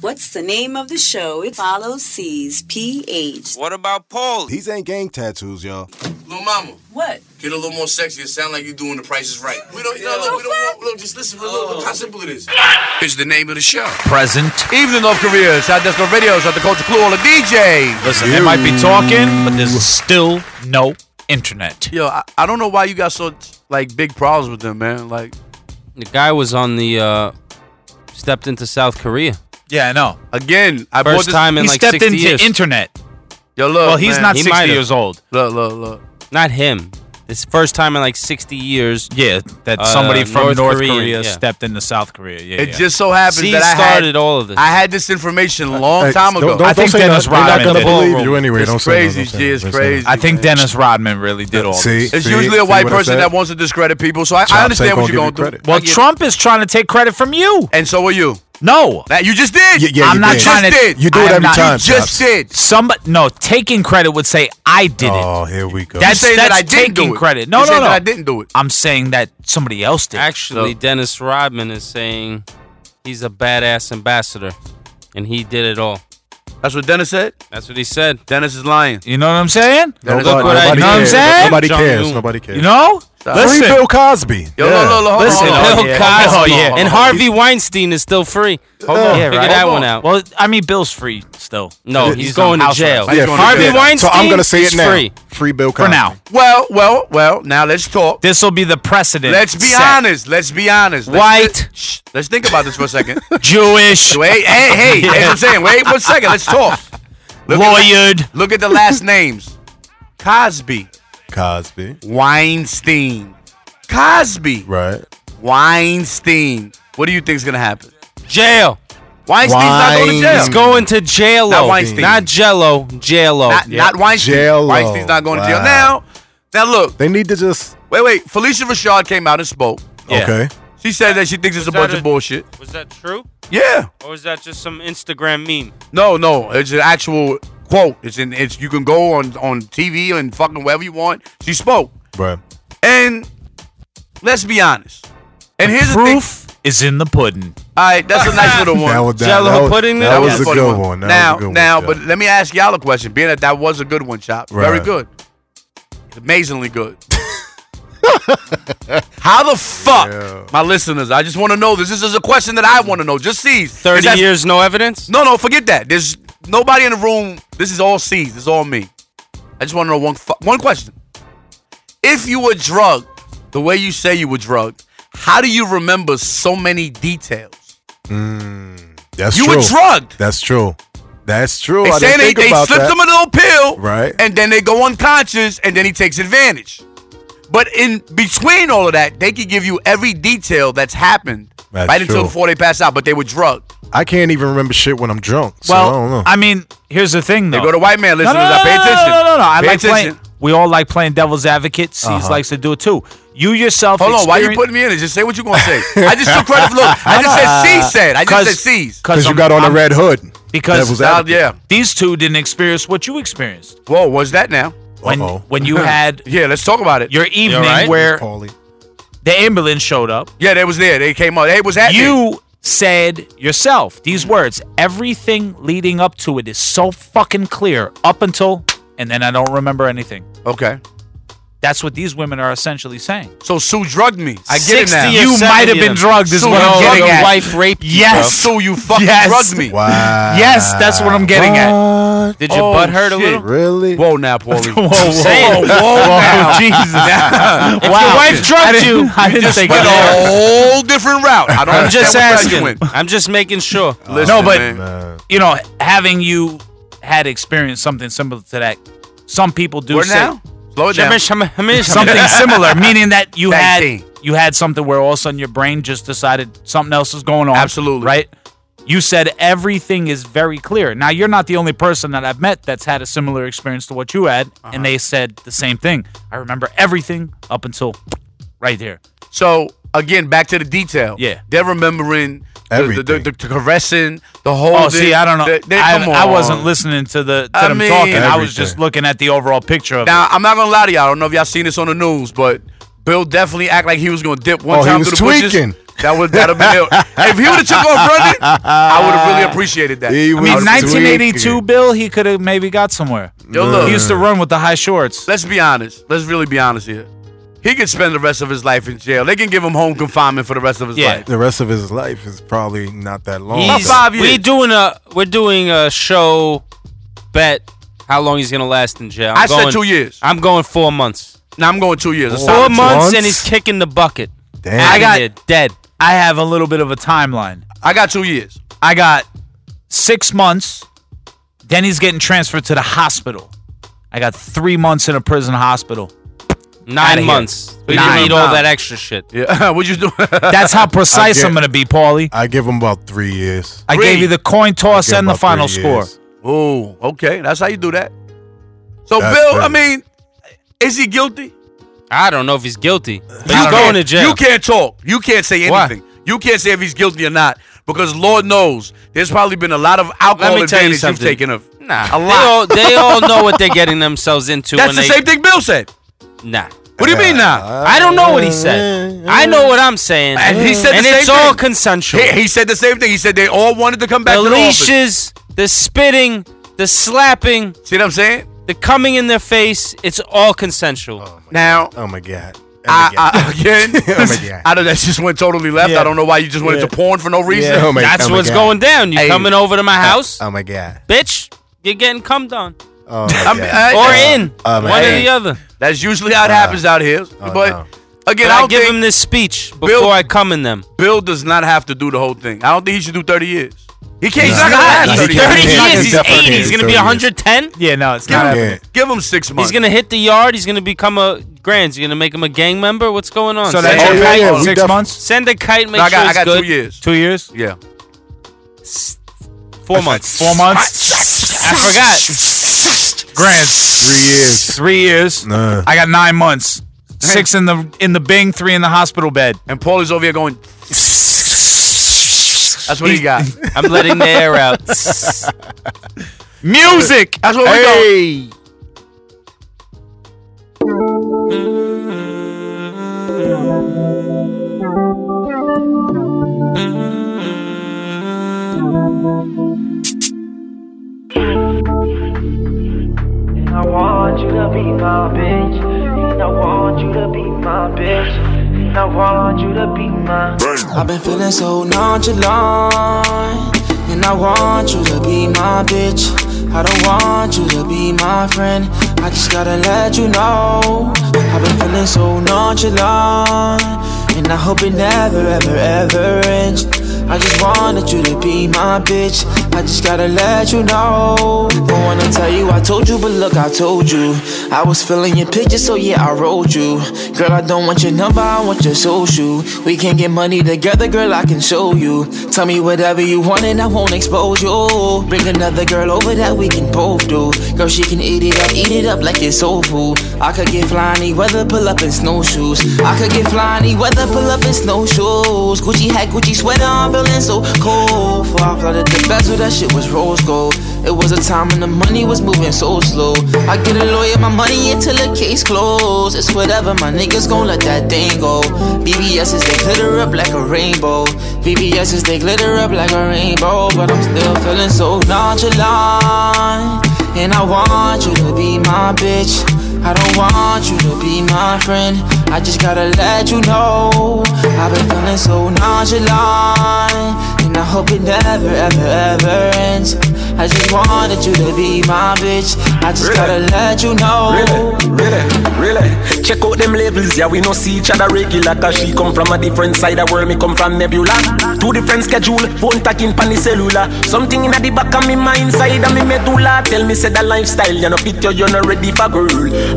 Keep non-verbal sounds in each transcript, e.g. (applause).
What's the name of the show? It follows C's PH. What about Paul? These ain't gang tattoos, y'all. Little mama, What? get a little more sexy. It sound like you doing the prices right. We don't, no, look, we don't want, look, just listen, look, look how simple it is. It's the name of the show. Present. Evening, North Korea. Shout out to videos. Shout out to Culture Clue, all the DJs. Listen, they might be talking, but there's still no internet. Yo, I, I don't know why you got so like big problems with them, man. Like The guy was on the uh stepped into South Korea. Yeah, I know. again, I bought First this. time in He like stepped 60 into years. internet. Yo, look, Well, he's man. not He 60 might have. years old. Look, look, look. Not him. It's first time in like 60 years. Yeah, that Uh, somebody from North, North Korea, Korean, yeah. stepped into South Korea. Yeah, It yeah. just so happens C that I started had all of this. I had this information a long Uh, Hey, time ago. Don't, don't, I think don't say Dennis nothing. They're Rodman not did. gonna believe Horrible. you anyway. It's don't say nothing, crazy, don't say G, nothing, it's don't say nothing. crazy. I think man. Dennis Rodman really did all See, this. It's see- usually a see white what I person said? that wants to discredit people, so I, Chops I ain't understand gonna what you're give you going through. credit. Well, I get it. Trump is trying to take credit from you. and so are you. No, That you just did. Yeah, yeah, I'm you not did. trying to. Just did. You do I it am every not- time. just did. Somebody, no, taking credit would say I did Oh, it. here we go. That's- You're saying that I didn't taking do it. credit. No, You're no, saying no. that I didn't do it. I'm saying that somebody else did. Actually, So- Dennis Rodman is saying he's a badass ambassador and he did it all. That's what Dennis said. That's what he said. Dennis is lying. you know what I'm saying? nobody, look what I- nobody you know what I'm cares. saying? Nobody John cares. Doe. Nobody cares. You know? Free Bill Cosby. Yo, look, look, look, hold on, Listen, hold on. Oh, Bill Yeah, Cosby hold on, hold on, and hold on. Harvey Weinstein is still free. Hold on. Figure that one out. Well, I mean, Bill's free still. No, he's, he's on going to house jail. arrest. Yeah, free Harvey Bill. Weinstein So I'm gonna say is it now. free. Free Bill Cosby. For now. Well, well, well. Now let's talk. This will be the precedent. Let's be set. honest. Let's be honest. Let's White. thi- shh, let's think about this for a (laughs) second. Jewish. Wait, hey, (laughs) hey, that's what I'm saying. Wait one second. Let's talk. Look at, Lawyered. the- look at the last names: Cosby, Cosby. Weinstein, Cosby, Right. Weinstein. What do you think's gonna happen? Jail. Weinstein's not going to jail. Weinstein. He's going to jail. Not Weinstein. Not Jello. Jello. Not, not Weinstein. Jail-o. Weinstein's not going to jail Wow. now. Now look, They need to just. wait, wait. Felicia Rashad came out and spoke. Yeah. Okay. She said that she thinks it's a that bunch a- of bullshit. Was that true? Yeah. Or was that just some Instagram meme? No, no, it's an actual quote. It's in. It's you can go on on TV and fucking wherever you want. She spoke, Right. and let's be honest. And here's the thing. Proof is in the pudding. All right, that's a (laughs) nice little one. That was that, Jell-O that was- pudding That, there? was, That a funny good one. That now, was a good now, one, but yeah. let me ask y'all a question. Being that that was a good one, Chop. Very Right. good. Amazingly good. (laughs) How the fuck, Yeah. my listeners? I just want to know this. This is a question that I want to know. Just see. 'Cause 30 that's- years, no evidence? No, no, forget that. There's nobody in the room. This is all C's. This is all me. I just want to know one fu- one question. If you were drugged the way you say you were drugged, how do you remember so many details? Mm, that's you true. were drugged. That's true. That's true. They I say didn't they, think they about slipped that. him a little pill, Right. And then they go unconscious, and then he takes advantage. But in between all of that, they could give you every detail that's happened That's right until true. before they pass out. But they were drugged. I can't even remember shit when I'm drunk. So I don't know. well, I mean, here's the thing, though. They go to white man No, listeners. no, no, I pay no, attention. No, no, no. I Pay like attention. Uh-huh. playing. We all like playing devil's advocate. Sees likes to do it too. You yourself. Hold on, why you experience- putting me in it? Just say what you gonna say. I just took credit. Look, (laughs) I just said C said. I just said C's. because you got on I'm- the red hood. Because Devil's Now, advocate. yeah. These two didn't experience what you experienced Whoa, was that now? when Uh-oh. when (clears throat) you had Yeah, let's talk about it. your evening right? where Paulie. the ambulance showed up. yeah, they was there. They came up. They was at You said yourself these words. Everything leading up to it is so fucking clear up until and then I don't remember anything. Okay. That's what these women are essentially saying. So Sue drugged me. I get it 60 now. years- You 70 might have been of them. drugged. Is So what I'm you're getting getting at. at- wife raped you, Yes. Sue, you fucking Yes. drugged me. Wow. Yes, that's what I'm getting at. What? Did your Oh, butt hurt a shit. little? Really? Whoa (laughs) now, Paulie. Whoa, whoa, whoa, now. (laughs) (laughs) Jesus! Now. wow. Your wife I drugged didn't- you. (laughs) I didn't Just think went a of that. whole different route. (laughs) I don't I'm just understand what route you asking. went. I'm just making sure. (laughs) Listen, No, but- man. Man. You know, having you had experienced something similar to that. Some people do Where say now? Slow it down. something similar, meaning that you Same had thing. you had something where all of a sudden your brain just decided something else is going on. Absolutely. right. You said everything is very clear. Now you're not the only person that I've met that's had a similar experience to what you had, Uh-huh. and they said the same thing. I remember everything up until right there. So again, back to the detail. Yeah. they're remembering the, the, the, Everything. the, caressing, the whole. Oh, see, I don't know. I, I wasn't listening to the to I them mean- talking. I was just Everything. looking at the overall picture of Now I'm not gonna lie to y'all. I don't know if y'all seen this on the news, but Bill definitely act like he was gonna dip one Oh, he time was through the bushes. tweaking. That would that'd have been it. If he would have took off running, I would have really appreciated that. He I mean, was 1982 tweaking. Bill, he could have maybe got somewhere. Yo, look. He used to run with the high shorts. let's be honest. Let's really be honest here. He could spend the rest of his life in jail. They can give him home confinement for the rest of his Yeah. life. The rest of his life is probably not that long. He's- though. five We're years. doing a we're doing a show bet how long he's gonna last in jail. I'm I said going- two years. I'm going four months. Now I'm going two years. It's Four time to- months, months? and he's kicking the bucket. Damn. I got got- dead. I have a little bit of a timeline. I got two years. I got six months. Then he's getting transferred to the hospital. I got three months in a prison hospital. Nine Outta here. months. We Nine. didn't need all that extra shit. Yeah. (laughs) what you do? (laughs) That's how precise get- I'm going to be, Paulie. I give him about three years. I gave you the coin toss Give him and the about final three score. years. oh, okay. That's how you do that. So That's Bill, crazy. I mean, is he guilty? I don't know if he's guilty. But he's You going can't- to jail. You can't talk. You can't say Why? anything. You can't say if he's guilty or not because Lord knows there's probably been a lot of alcohol me tell you advantage you have something. taken of. Nah, A They all, lot. (laughs) they all know what they're getting themselves into. That's when the they, same thing Bill said. Nah, What do you mean now? I don't know what he said. I know what I'm saying, And he said the and same it's all thing. consensual. He, he said the same thing. He said they all wanted to come back the to the office. leashes, the spitting, the slapping, See what I'm saying? the coming in their face. It's all consensual. Now, Oh my god. Oh my god. I, I, again, (laughs) Oh my God. I know that just went totally left. Yeah. I don't know why you just went Yeah. into porn for no reason. Yeah, oh my- That's oh my what's God. going down. You Hey. coming over to my house, Oh my god. bitch? You're getting cummed on Oh my I'm- god. I- or uh, in uh, one or man. the other. That's usually how it happens out here. Uh, but oh, no. again, But I I don't give think him this speech before Bill- I come in them. Bill does not have to do the whole thing. I don't think he should do 30 years. He can't. He's No. not gonna Nah, have he's 30 he 30 can't. years. He's years. He's definitely 80. can't He's do gonna 30 be years. 110. Yeah, no, it's Give not. Yeah. him, give him six months. He's gonna hit the yard. He's gonna become a grands. You're gonna make him a gang member. What's going on? So send, that's Oh, your yeah, kite, yeah, we six definitely- months, send a kite. Make No, I sure got, I it's got good. two years. two years, Yeah. four months, four months, I (laughs) forgot. grants, Three years. three years. Nah. I got nine months, six in the in the Bing, three in the hospital bed. And Paul is over here going. That's what he got. (laughs) I'm letting the (laughs) air out. Music. That's what we go. And I want you to be my bitch. And I want you to be my bitch. And I want you to be my. I've been feeling so nonchalant, and I want you to be my bitch. I don't want you to be my friend. I just gotta let you know. I've been feeling so nonchalant, and I hope it never, ever, ever ends. I just wanted you to be my bitch. I just gotta let you know. Don't wanna tell you I told you, but look, I told you. I was feeling your picture, so yeah, I wrote you. Girl, I don't want your number, I want your social. We can get money together, girl, I can show you. Tell me whatever you want, and I won't expose you. Bring another girl over that we can both do. Girl, she can eat it up, eat it up like it's soul food. I could get fly any weather, pull up in snowshoes. I could get fly any weather, pull up in snowshoes. Gucci hat, Gucci sweater, I'm feeling so cold. Before I flooded the bezel, that shit was rose gold. It was a time when the money was moving so slow. I get a lawyer, my money until the case closed. It's whatever, my niggas gon' let that thing go. BBS's, they glitter up like a rainbow. BBS's, they glitter up like a rainbow. But I'm still feeling so nonchalant. And I want you to be my bitch. I don't want you to be my friend. I just gotta let you know. I've been feeling so nonchalant. And I hope it never, ever, ever ends. I just wanted you to be my bitch. I just gotta let you know. Really, really, really. Check out them labels, yeah, we no see each other regular. Cause she come from a different side of world, me come from Nebula. Two different schedule, phone talking pan the cellular. Something in the back of me mind, side of me medulla. Tell me, say that lifestyle, you no fit you, you no ready for girl.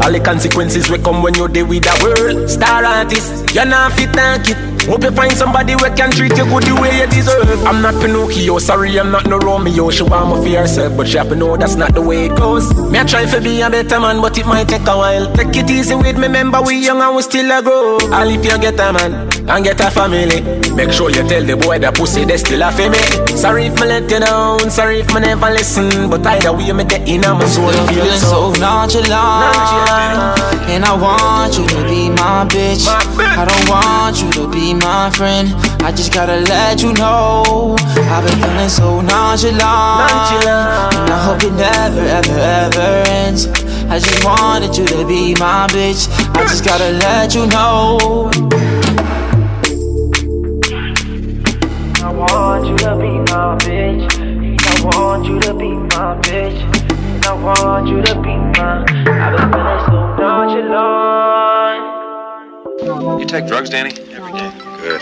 All the consequences will come when you're there with the world. Star artist, you not fit thank it. Hope you find somebody who can treat you good the way you deserve. I'm not Pinocchio, sorry, I'm not no Romeo. She want me for herself, but she have to know that's not the way it goes. Me I try to be a better man, but it might take a while. Take it teasing with me, remember we young and we still a grow. And if you get a man and get a family, make sure you tell the boy the pussy they still a female. Sorry if me let you down, sorry if me never listen, but either way me get in and my soul You're feel feeling so nonchalant, and I want you to be my bitch. I don't want you to be my friend. I just gotta let you know I've been feeling so nonchalant, and I hope it never, ever, ever ends. I just wanted you to be my bitch. I just gotta let you know. I want you to be my bitch. And I want you to be my bitch. And I want you to be my. I've been feeling so nonchalant. You take drugs, Danny? Every day. Good.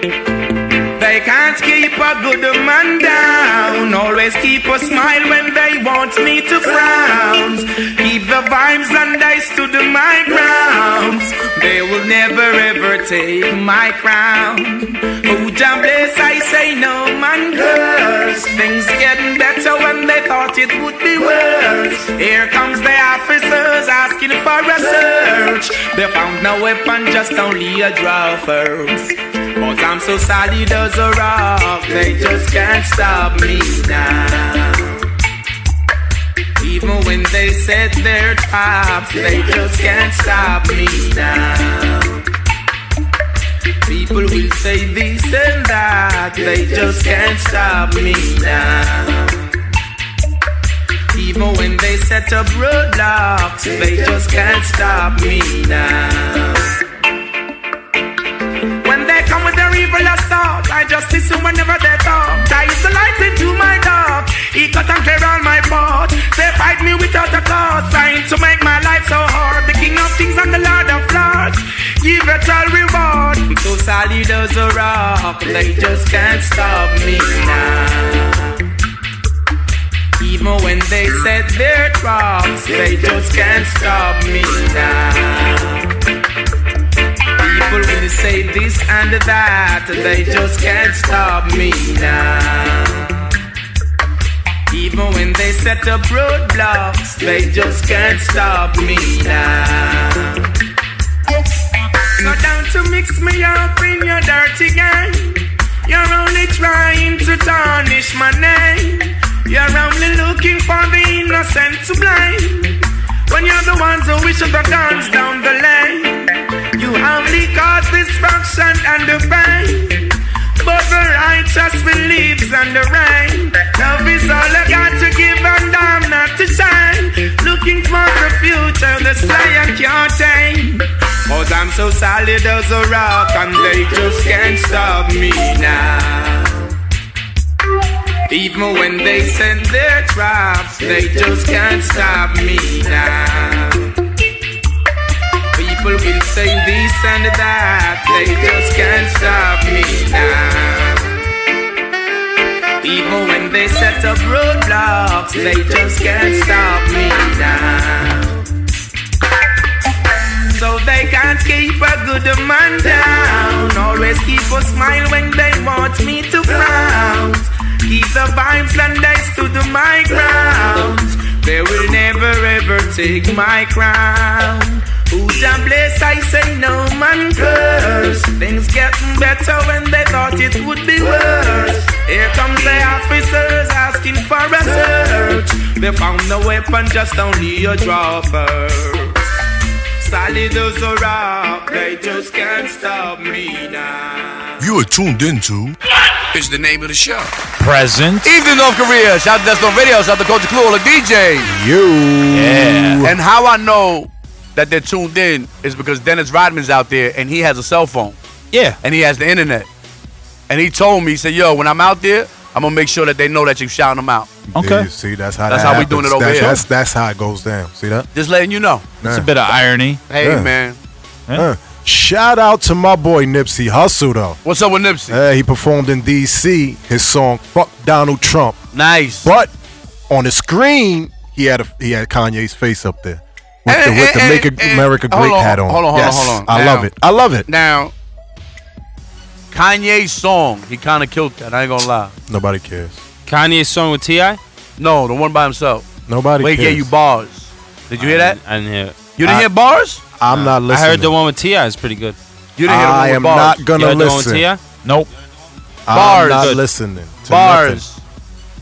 They can't keep a good man down. Always keep a smile when they want me to frown. Keep the vibes and I stood my ground. They will never ever take my crown. Oh, Jah bless, I say no man curse. Things getting better when they thought it would be worse. Here comes the officers asking for a search. They found no weapon, just only a draw first. But I'm so solid as a rock, they just can't stop me now. Even when they set their traps, they just can't stop me now. People will say this and that, they just can't stop me now. Even when they set up roadblocks, they just can't stop me now. When they come with their evil assault, I just listen whenever they talk. I used to light into my dark. He cut and clear all my fault. They fight me without a cause, trying to make my life so hard. The king of kings and the lord of lords, give it all reward. So solid as a rock, they just can't stop me now. Even when they set their traps, they just can't stop me now. People will say this and that, they just can't stop me now. Even when they set up roadblocks, they just can't stop me now. So down to mix me up in your dirty gang. You're only trying to tarnish my name. You're only looking for the innocent to blame. When you're the ones who wish the guns down the lane. You only cause destruction and the pain. But the righteous believes on the rain. Love is all I got to give and I'm not to shine. Looking for the future, the sky I can't tame. Cause I'm so solid as a rock and they just can't stop me now. Even when they send their traps, they just can't stop me now. People will say this and that, they just can't stop me now. Even when they set up roadblocks, they just can't stop me now. So they can't keep a good man down. Always keep a smile when they want me to frown. Keep the vibes and dice to the my ground. They will never ever take my crown. Who's a bless? I say no man curse. Things getting better when they thought it would be worse. Here comes the officers asking for a search. They found no weapon, just only a draw first. Solid as a rock, they just can't stop me now. You are tuned into. Is the name of the show. Present. Evening, North Korea. Shout out to That's No Radio. Shout out to Coach Clue, all the DJs. Yeah. And how I know that they're tuned in is because Dennis Rodman's out there and he has a cell phone Yeah. and he has the internet. And he told me, he said, yo, when I'm out there, I'm gonna make sure that they know that you're shouting them out. Okay. There you see, that's how That's that how we happens. doing it over that's, here. That's, that's how it goes down. See that? Just letting you know. It's a bit of irony. Hey Yeah. man. Uh, shout out to my boy Nipsey Hussle though. What's up with Nipsey? Uh, he performed in D.C. his song "Fuck Donald Trump," nice. but on the screen he had a, he had Kanye's face up there. With the, And- with the and- Make and- America hold Great on, hat on. Hold on, hold Yes, on, hold on. I Now- love it. I love it. Now, Kanye's song, he kind of killed that. I ain't gonna lie. Nobody cares. Kanye's song with Ti? No, the one by himself. Nobody Wait, yeah, cares. you bars. Did you hear that? I didn't hear. It. You didn't I- hear bars? I'm not listening. I heard the one with Ti is pretty good. You didn't hear the one I with am bars? not gonna You heard listen. The one with Ti? (laughs) Nope. I'm Bars. not Good. listening. To Bars.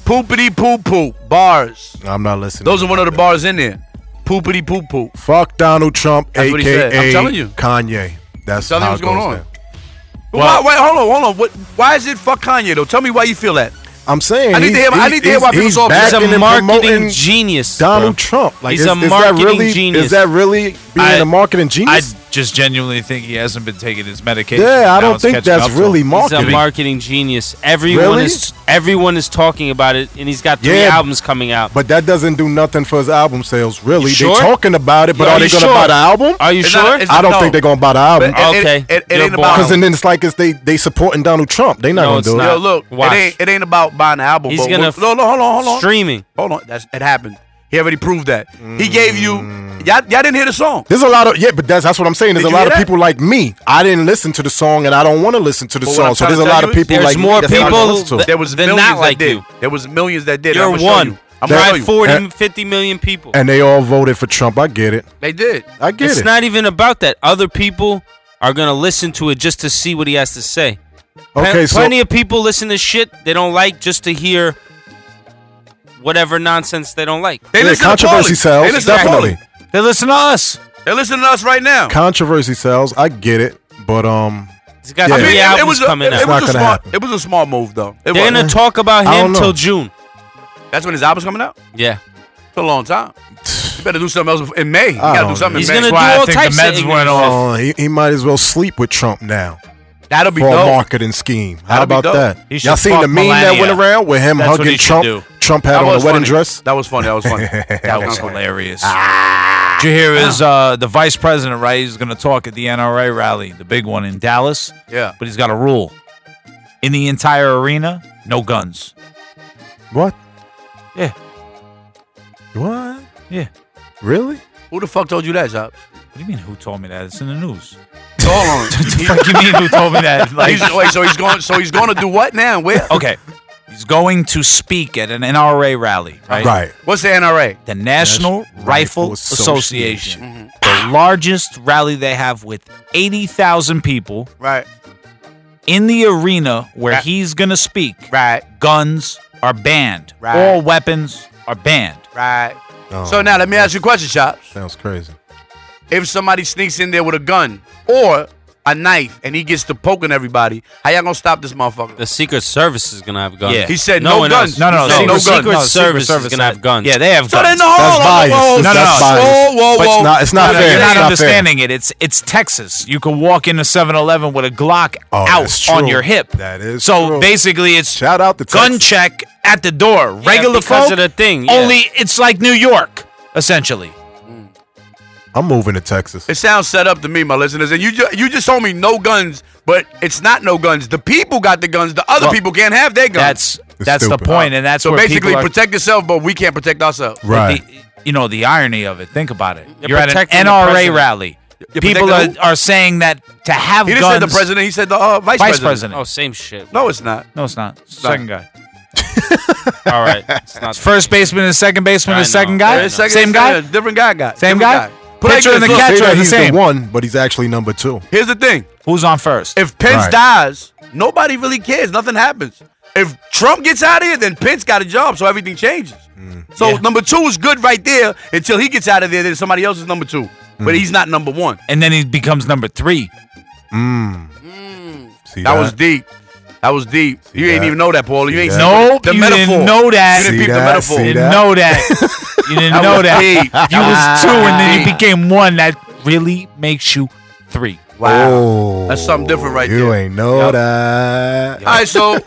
Poopity poop poop. Bars. nothing. I'm not listening. Those are one of the bars in there. Poopity poop poop. Fuck Donald Trump, That's what he said. I'm aka telling you. Kanye. That's I'm telling you how what's it goes going on. down. But why, wait, hold on, hold on. What? Why is it fuck Kanye though? Tell me why you feel that. I'm saying I need to he's- hear- I he's- need to hear why people he's saw- He's backing He's a and marketing promoting genius. Donald bro. Trump. Like He's is, a is that marketing really, genius. Is that really being I- a marketing I genius? just genuinely think he hasn't been taking his medication. yeah, I Now don't it's think catching that's up to really him. marketing. He's a marketing genius. Everyone Really? is everyone is talking about it, and he's got three Yeah, albums coming out. but that doesn't do nothing for his album sales. Really, sure? they're talking about it, but Are are, they you going to sure? buy the album? Are you It's sure? not- it's- I don't no. think they're going to buy the album. But it- Okay, It, it, it you're ain't about. Because then it's like it's they they supporting Donald Trump. They not No, gonna it's do not. Yo, look. Watch. It ain't. It ain't about buying an album. He's but gonna what- no, no, hold on, hold on, hold on. streaming. Hold on. That's it happened. He already proved that. He gave you. Y'all, y'all didn't hear the song. it. There's a lot of yeah, but that's that's what I'm saying. There's Did a you lot hear of that? people like me. I didn't listen to the song, and I don't want to listen to the But what I'm song. So trying there's a to tell lot you of is people there's like more me that's not gonna people listen to. that- There was They're millions not like that did. you. There was millions that did. You're I'm gonna show one. you. That- I'm gonna show By you. 40, 50 million people. And they all voted for Trump. I get it. They did. I get It's it. not even about that. Other people are gonna listen to it just to see what he has to say. Pl- okay, so plenty of people listen to shit they don't like just to hear whatever nonsense they don't like. They yeah, listen controversy to Pauly. sells They listen definitely. To Pauly. They listen to us. They listen to us right now. Controversy sells. I get it, but um, He's got Yeah. three I mean, it- albums was a, coming it, out. it It's not was a gonna smart. happen. It was a small move though. It was. They're gonna talk about I don't him know. till June. That's when his album's coming out. Yeah, It's a long time. You better do something else in May. You I gotta don't do something he's in May. gonna do why I all think the types meds of went off. uh, he, he might as well sleep with Trump now That'll be for a dope. marketing scheme. How That'd be about dope. that? He Y'all should seen the fuck meme that went Melania. around with him That's what he hugging should do. Trump? Trump had on a wedding funny. dress. That was funny. That was funny. That was hilarious. Did you hear his uh, the vice president, right? He's gonna talk at the NRA rally, the big one in Dallas. yeah. But he's got a rule. In the entire arena, no guns. What? Yeah. What? Yeah. Really? Who the fuck told you that, Job? What do you mean who told me that? It's in the news. Hold on. He- (laughs) What do you mean who told me that? Like he's- wait, so he's going. So he's going to do what now? Where? Okay. He's going to speak at an NRA rally, right? Right. What's the NRA? The National National Rifle, Rifle Association. Mm-hmm. The largest rally they have with 80,000 people Right. in the arena where Right. he's going to speak. Right. Guns are banned. Right. All weapons are banned. Right. Oh, Um, So now let me ask you a question, Chops. Sounds crazy. If somebody sneaks in there with a gun or a knife and he gets to poking everybody, how y'all gonna stop this motherfucker? the Secret Service is gonna have guns. Yeah. He said No no, one guns. else. No, no, He no. said Secret, no Secret guns. no, Service is gonna have guns. Yeah, they have So guns. then, no, hold on, biased. whoa, whoa, That's whoa, biased. Whoa, whoa, But it's whoa. not- it's not Nah, fair. You're nah, not nah. fair. understanding it. It's it's Texas. You can walk into 7-Eleven with a Glock Oh, that's out true. on your hip. That is so true. basically it's Shout out to gun Texas. check at the door. Regular because folk, of the thing, yeah. Only it's like New York essentially. I'm moving to Texas. It sounds set up to me, my listeners. And you ju- you just told me no guns, but it's not no guns. The people got the guns. The other Well, people can't have their guns. That's that's stupid. the point, and that's so where basically people are, protect yourself, but we can't protect ourselves. Right. the, you know the irony of it. Think about it. You're You're, at an protecting the NRA president. rally. You're people are, protecting who? are saying that to have He didn't guns. say the (laughs) president. He said the uh, vice, Vice president. president. Oh, same shit. No, it's not. No, it's not. It's the second guy. all right. It's not First baseman and second baseman I is second know. guy. Yeah, It's second- Same it's guy. a different guy. Got Same guy? different But Pitcher like and the this, look, catcher Say are that the he's same. the one, but he's actually number two. Here's the thing: Who's on first? if Pence Right. dies, nobody really cares. Nothing happens. If Trump gets out of here, then Pence got a job, so everything changes. Mm. So number two is good right there until he gets out of there. Then somebody else is number two, but he's not number one. Mm. and then he becomes number three. Mm. See That was deep. That was deep. you ain't that? even know that, Paul. You See ain't that? Nope, the you metaphor. didn't know that. You didn't See peep the that? metaphor. See You that? didn't know (laughs) that. you didn't know was that. deep. (laughs) That (laughs) You was was two, and then you deep. became one. That really makes you three. Wow. Oh, That's something different right you there. ain't know that. All right, so (laughs)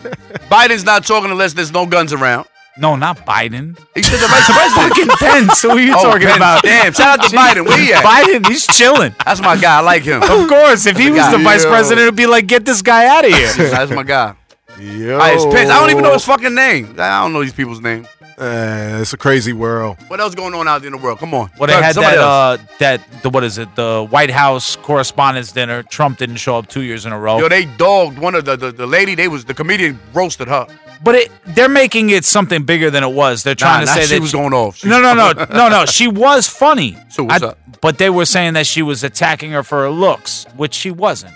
Biden's not talking unless there's no guns around. No, not Biden. He said the vice president. Fucking Pence. Who are you (laughs) Oh, talking Pence. about? Damn, shout (laughs) out to Biden. Where he at? Biden, he's chilling. That's my (laughs) guy. I like him. Of course, if he was guy. the vice Yo. president, it'd be like, get this guy out of here. (laughs) That's my guy. Yo. All right, it's Pence. I don't even know his fucking name. I don't know these people's name. Eh, it's a crazy world. What else going on out in the world? Come on. Well, they Doug, had somebody that else. uh, that the what is it? The White House Correspondents' Dinner. Trump didn't show up two years in a row. Yo, they dogged one of the, the the lady. They was the comedian roasted her. but it, they're making it something bigger than it was. They're trying nah, to say she that was going off. She- no, (laughs) no, no, no, no. She was funny. So what's I- up? But they were saying that she was attacking her for her looks, which she wasn't.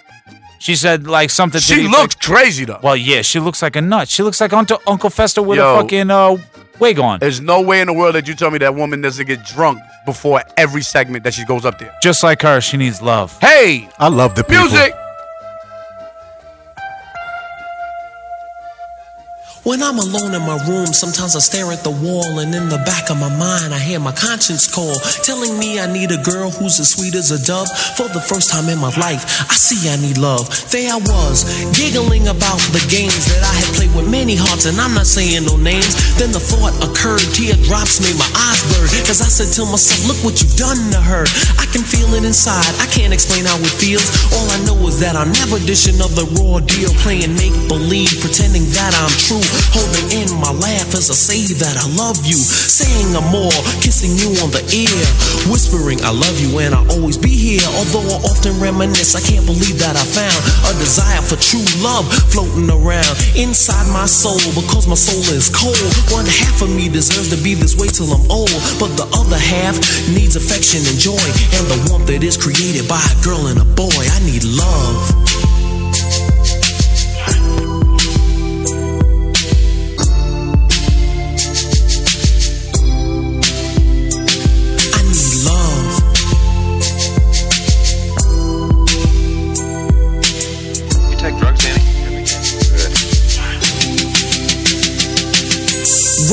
She said like something. to She the looked effect- crazy though. Well, yeah, she looks like a nut. She looks like Uncle Uncle Fester with Yo. a fucking uh, wig on, There's no way in the world that you tell me that woman doesn't get drunk before every segment that she goes up there. just like her. She needs love. Hey, I love the people. music. When I'm alone in my room, sometimes I stare at the wall, and in the back of my mind, I hear my conscience call, telling me I need a girl who's as sweet as a dove. For the first time in my life, I see I need love. There I was, giggling about the games that I had played with many hearts, and I'm not saying no names. Then the thought occurred, teardrops made my eyes blur, cause I said to myself, Look what you've done to her. I can feel it inside, I can't explain how it feels. All I know is that I'm never dishing of the raw deal, playing make believe, pretending that I'm true. Holding in my laugh as I say that I love you. Saying I'm more, kissing you on the ear. Whispering I love you and I'll always be here. Although I often reminisce, I can't believe that I found a desire for true love floating around inside my soul because my soul is cold. One half of me deserves to be this way till I'm old, but the other half needs affection and joy and the warmth that is created by a girl and a boy. I need love. I need love. You take drugs, Danny? Every day. Good.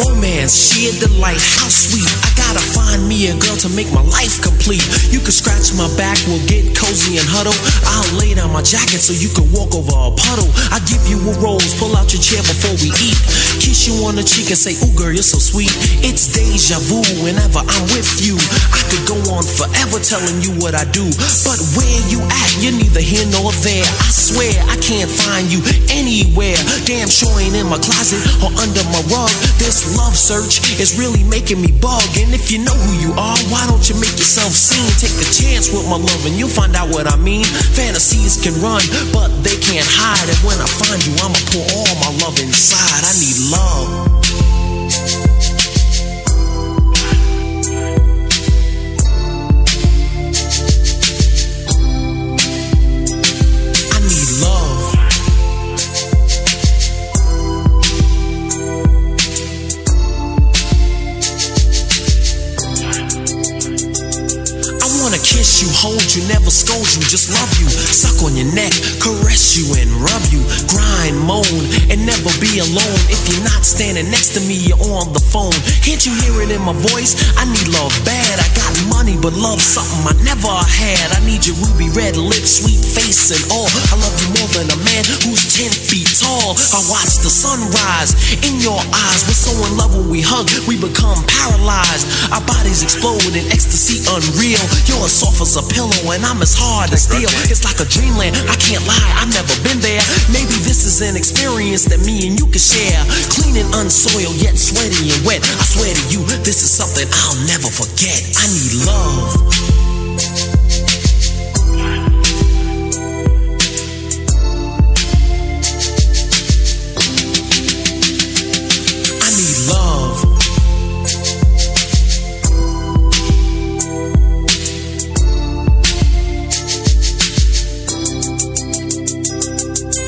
Romance, she a delight, how sweet. I gotta find me a girl to make my life complete. You can scratch my back, we'll get cozy and huddle. I'll lay down my jacket so you can walk over a puddle. I give you a rose, pull out your chair before we eat. Kiss you on the cheek and say, Ooh, girl, you're so sweet. It's deja vu whenever I'm with you. I could go on forever telling you what I do. But where you at, you're neither here nor there. I swear I can't find you anywhere. Damn sure ain't in my closet or under my rug. This love search is really making me bug. And if you know who you are, why don't you make yourself seen? Take a chance with my love and you'll find out what I mean. Fantasies can run, but they can't hide. And when I find you, I'ma pour all my love inside. I need love. I need love. I wanna kiss you, hold you, never scold you, just love you. Suck on your neck, caress you and rub you. Grind, moan, and never be alone. If you're not standing next to me, you're on the phone. Can't you hear it in my voice? I need love bad. I got money, but love something I never had. I need your ruby red lips, sweet face, and all. I love you more than a man who's 10 feet tall. I watch the sunrise in your eyes. We're so in love when we hug, we become paralyzed. Our bodies explode in ecstasy, unreal. You're as soft as a pillow, and I'm as hard as steel. It's like a dreamland, I can't lie, I've never been there. Maybe this is an experience that me and you can share. Clean and unsoiled, yet sweaty and wet. I swear to you, this is something I'll never forget. I need love. I need love.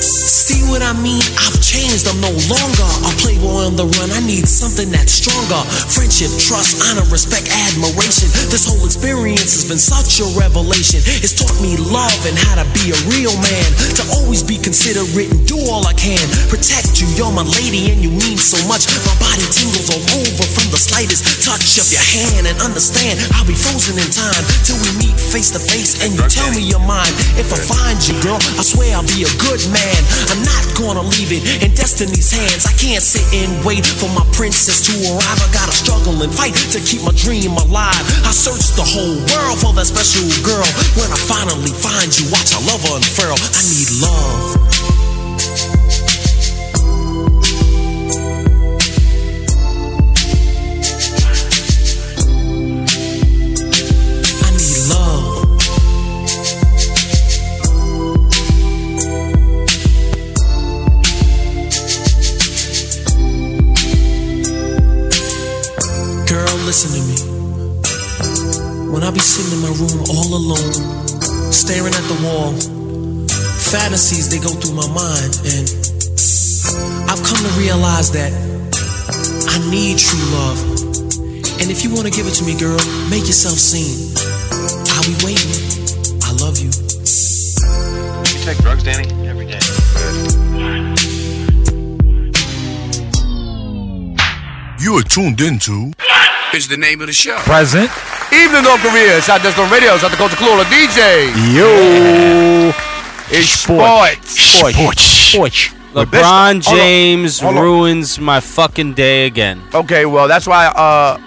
See what I mean? I've changed, I'm no longer a playboy on the run. I need something that's stronger. Friendship, trust, honor, respect, admiration. This whole experience has been such a revelation. It's taught me love and how to be a real man. To always be considerate and do all I can. Protect you, you're my lady and you mean so much. My body tingles all over from the slightest touch of your hand. And understand, I'll be frozen in time till we meet face to face and you tell me your mind. If I find you, girl, I swear I'll be a good man. I'm not gonna leave it in destiny's hands. I can't sit and wait for my princess to arrive. I gotta struggle and fight to keep my dream alive. I search the whole world for that special girl. When I finally find you, watch our love unfurl. I need love. I listen to me. When I be sitting in my room all alone, staring at the wall, fantasies they go through my mind, and I've come to realize that I need true love. And if you want to give it to me, girl, make yourself seen. I'll be waiting. I love you. You take drugs, Danny? Every day. You are tuned into. Is the name of the show. Present. Evening, North Korea. South Destin Radio. South Dakota Clue. The DJ. Yo. It's sports. Sports. Sports. LeBron Hold on. James Hold on. ruins my fucking day again. Okay, well, that's why uh,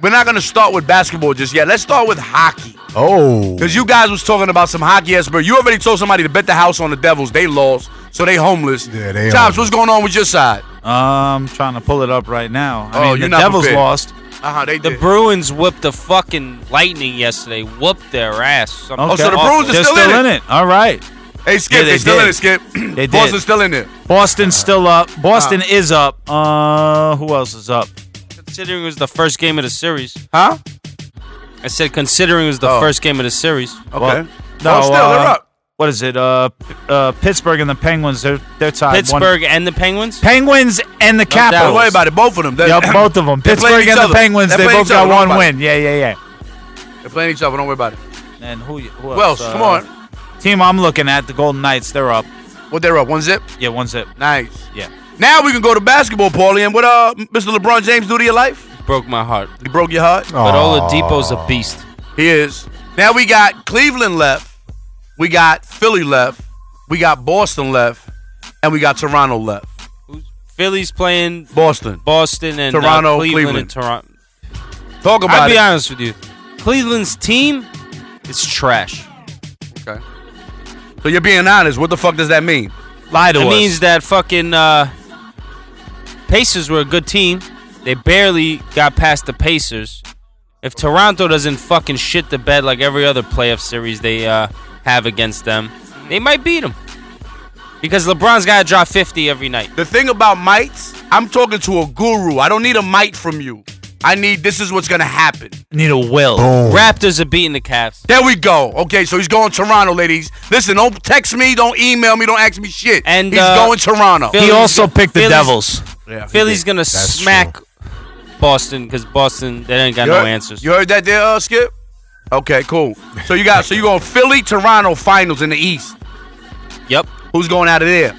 we're not going to start with basketball just yet. Let's start with hockey. Oh. Because you guys was talking about some hockey expert. You already told somebody to bet the house on the Devils. They lost, so they homeless. Yeah, they Chops, what's going on with your side? I'm trying to pull it up right now. I Oh, mean, you're the not Devils prepared. lost. Uh-huh, they the did. Bruins whipped the fucking Lightning yesterday. Whooped their ass. Something Oh, Okay. awful. They're still, in, it. All right. Hey, Skip, Yeah, they, they still did. in it, Skip. (clears throat) They did. Boston's still in it. Boston's still up. Boston Ah. is up. Uh, who else is up? Considering it was the first game of the series. Huh? I said considering it was the Oh. first game of the series. Okay. Well, no, Well, still, they're uh, up. What is it? Uh, P- uh, Pittsburgh and the Penguins. They're they're tied. One. Pittsburgh and the Penguins. Penguins and the Capitals. Don't worry about it. Both of them. They- Yup, both of them. They played Pittsburgh each and the other. Penguins. They, played both each other. got Don't one worry about win. Yeah, yeah, yeah. it. They're playing each other. Don't worry about it. And who? Who uh, Well, come on. Team I'm looking at the Golden Knights. They're up. Well, they're up. One zip. Yeah, one zip. Nice. Yeah. Now we can go to basketball, Paulie. And what uh, Mr. LeBron James do to your life? Broke my heart. He broke your heart. But Oladipo's a beast. He is. Now we got Cleveland left. We got Philly left. We got Boston left. And we got Toronto left. Philly's playing Boston. Boston and uh, Toronto, Cleveland, Cleveland. and Toronto. Talk about I'll be it. honest with you. Cleveland's team is trash. Okay. So you're being honest. What the fuck does that mean? Lie to It us. means that fucking uh, Pacers were a good team. They barely got past the Pacers. If Toronto doesn't fucking shit the bed like every other playoff series they uh, have against them, they might beat them. Because LeBron's got to drop 50 every night. The thing about mites, I'm talking to a guru. I don't need a mite from you. I need this is what's gonna happen. Need a will. Raptors are beating the Cavs. There we go. Okay, so he's going Toronto, ladies. Listen, don't text me, don't email me, don't ask me shit. And, he's uh, going Toronto. Philly's- he also picked the Philly's- Devils. Yeah, he Philly's did. gonna That's smack Boston because Boston they ain't got You no heard- answers. You heard that there, uh, Skip? Okay, cool. So you got so you going Philly, Toronto finals in the East. Yep, Who's going out of there?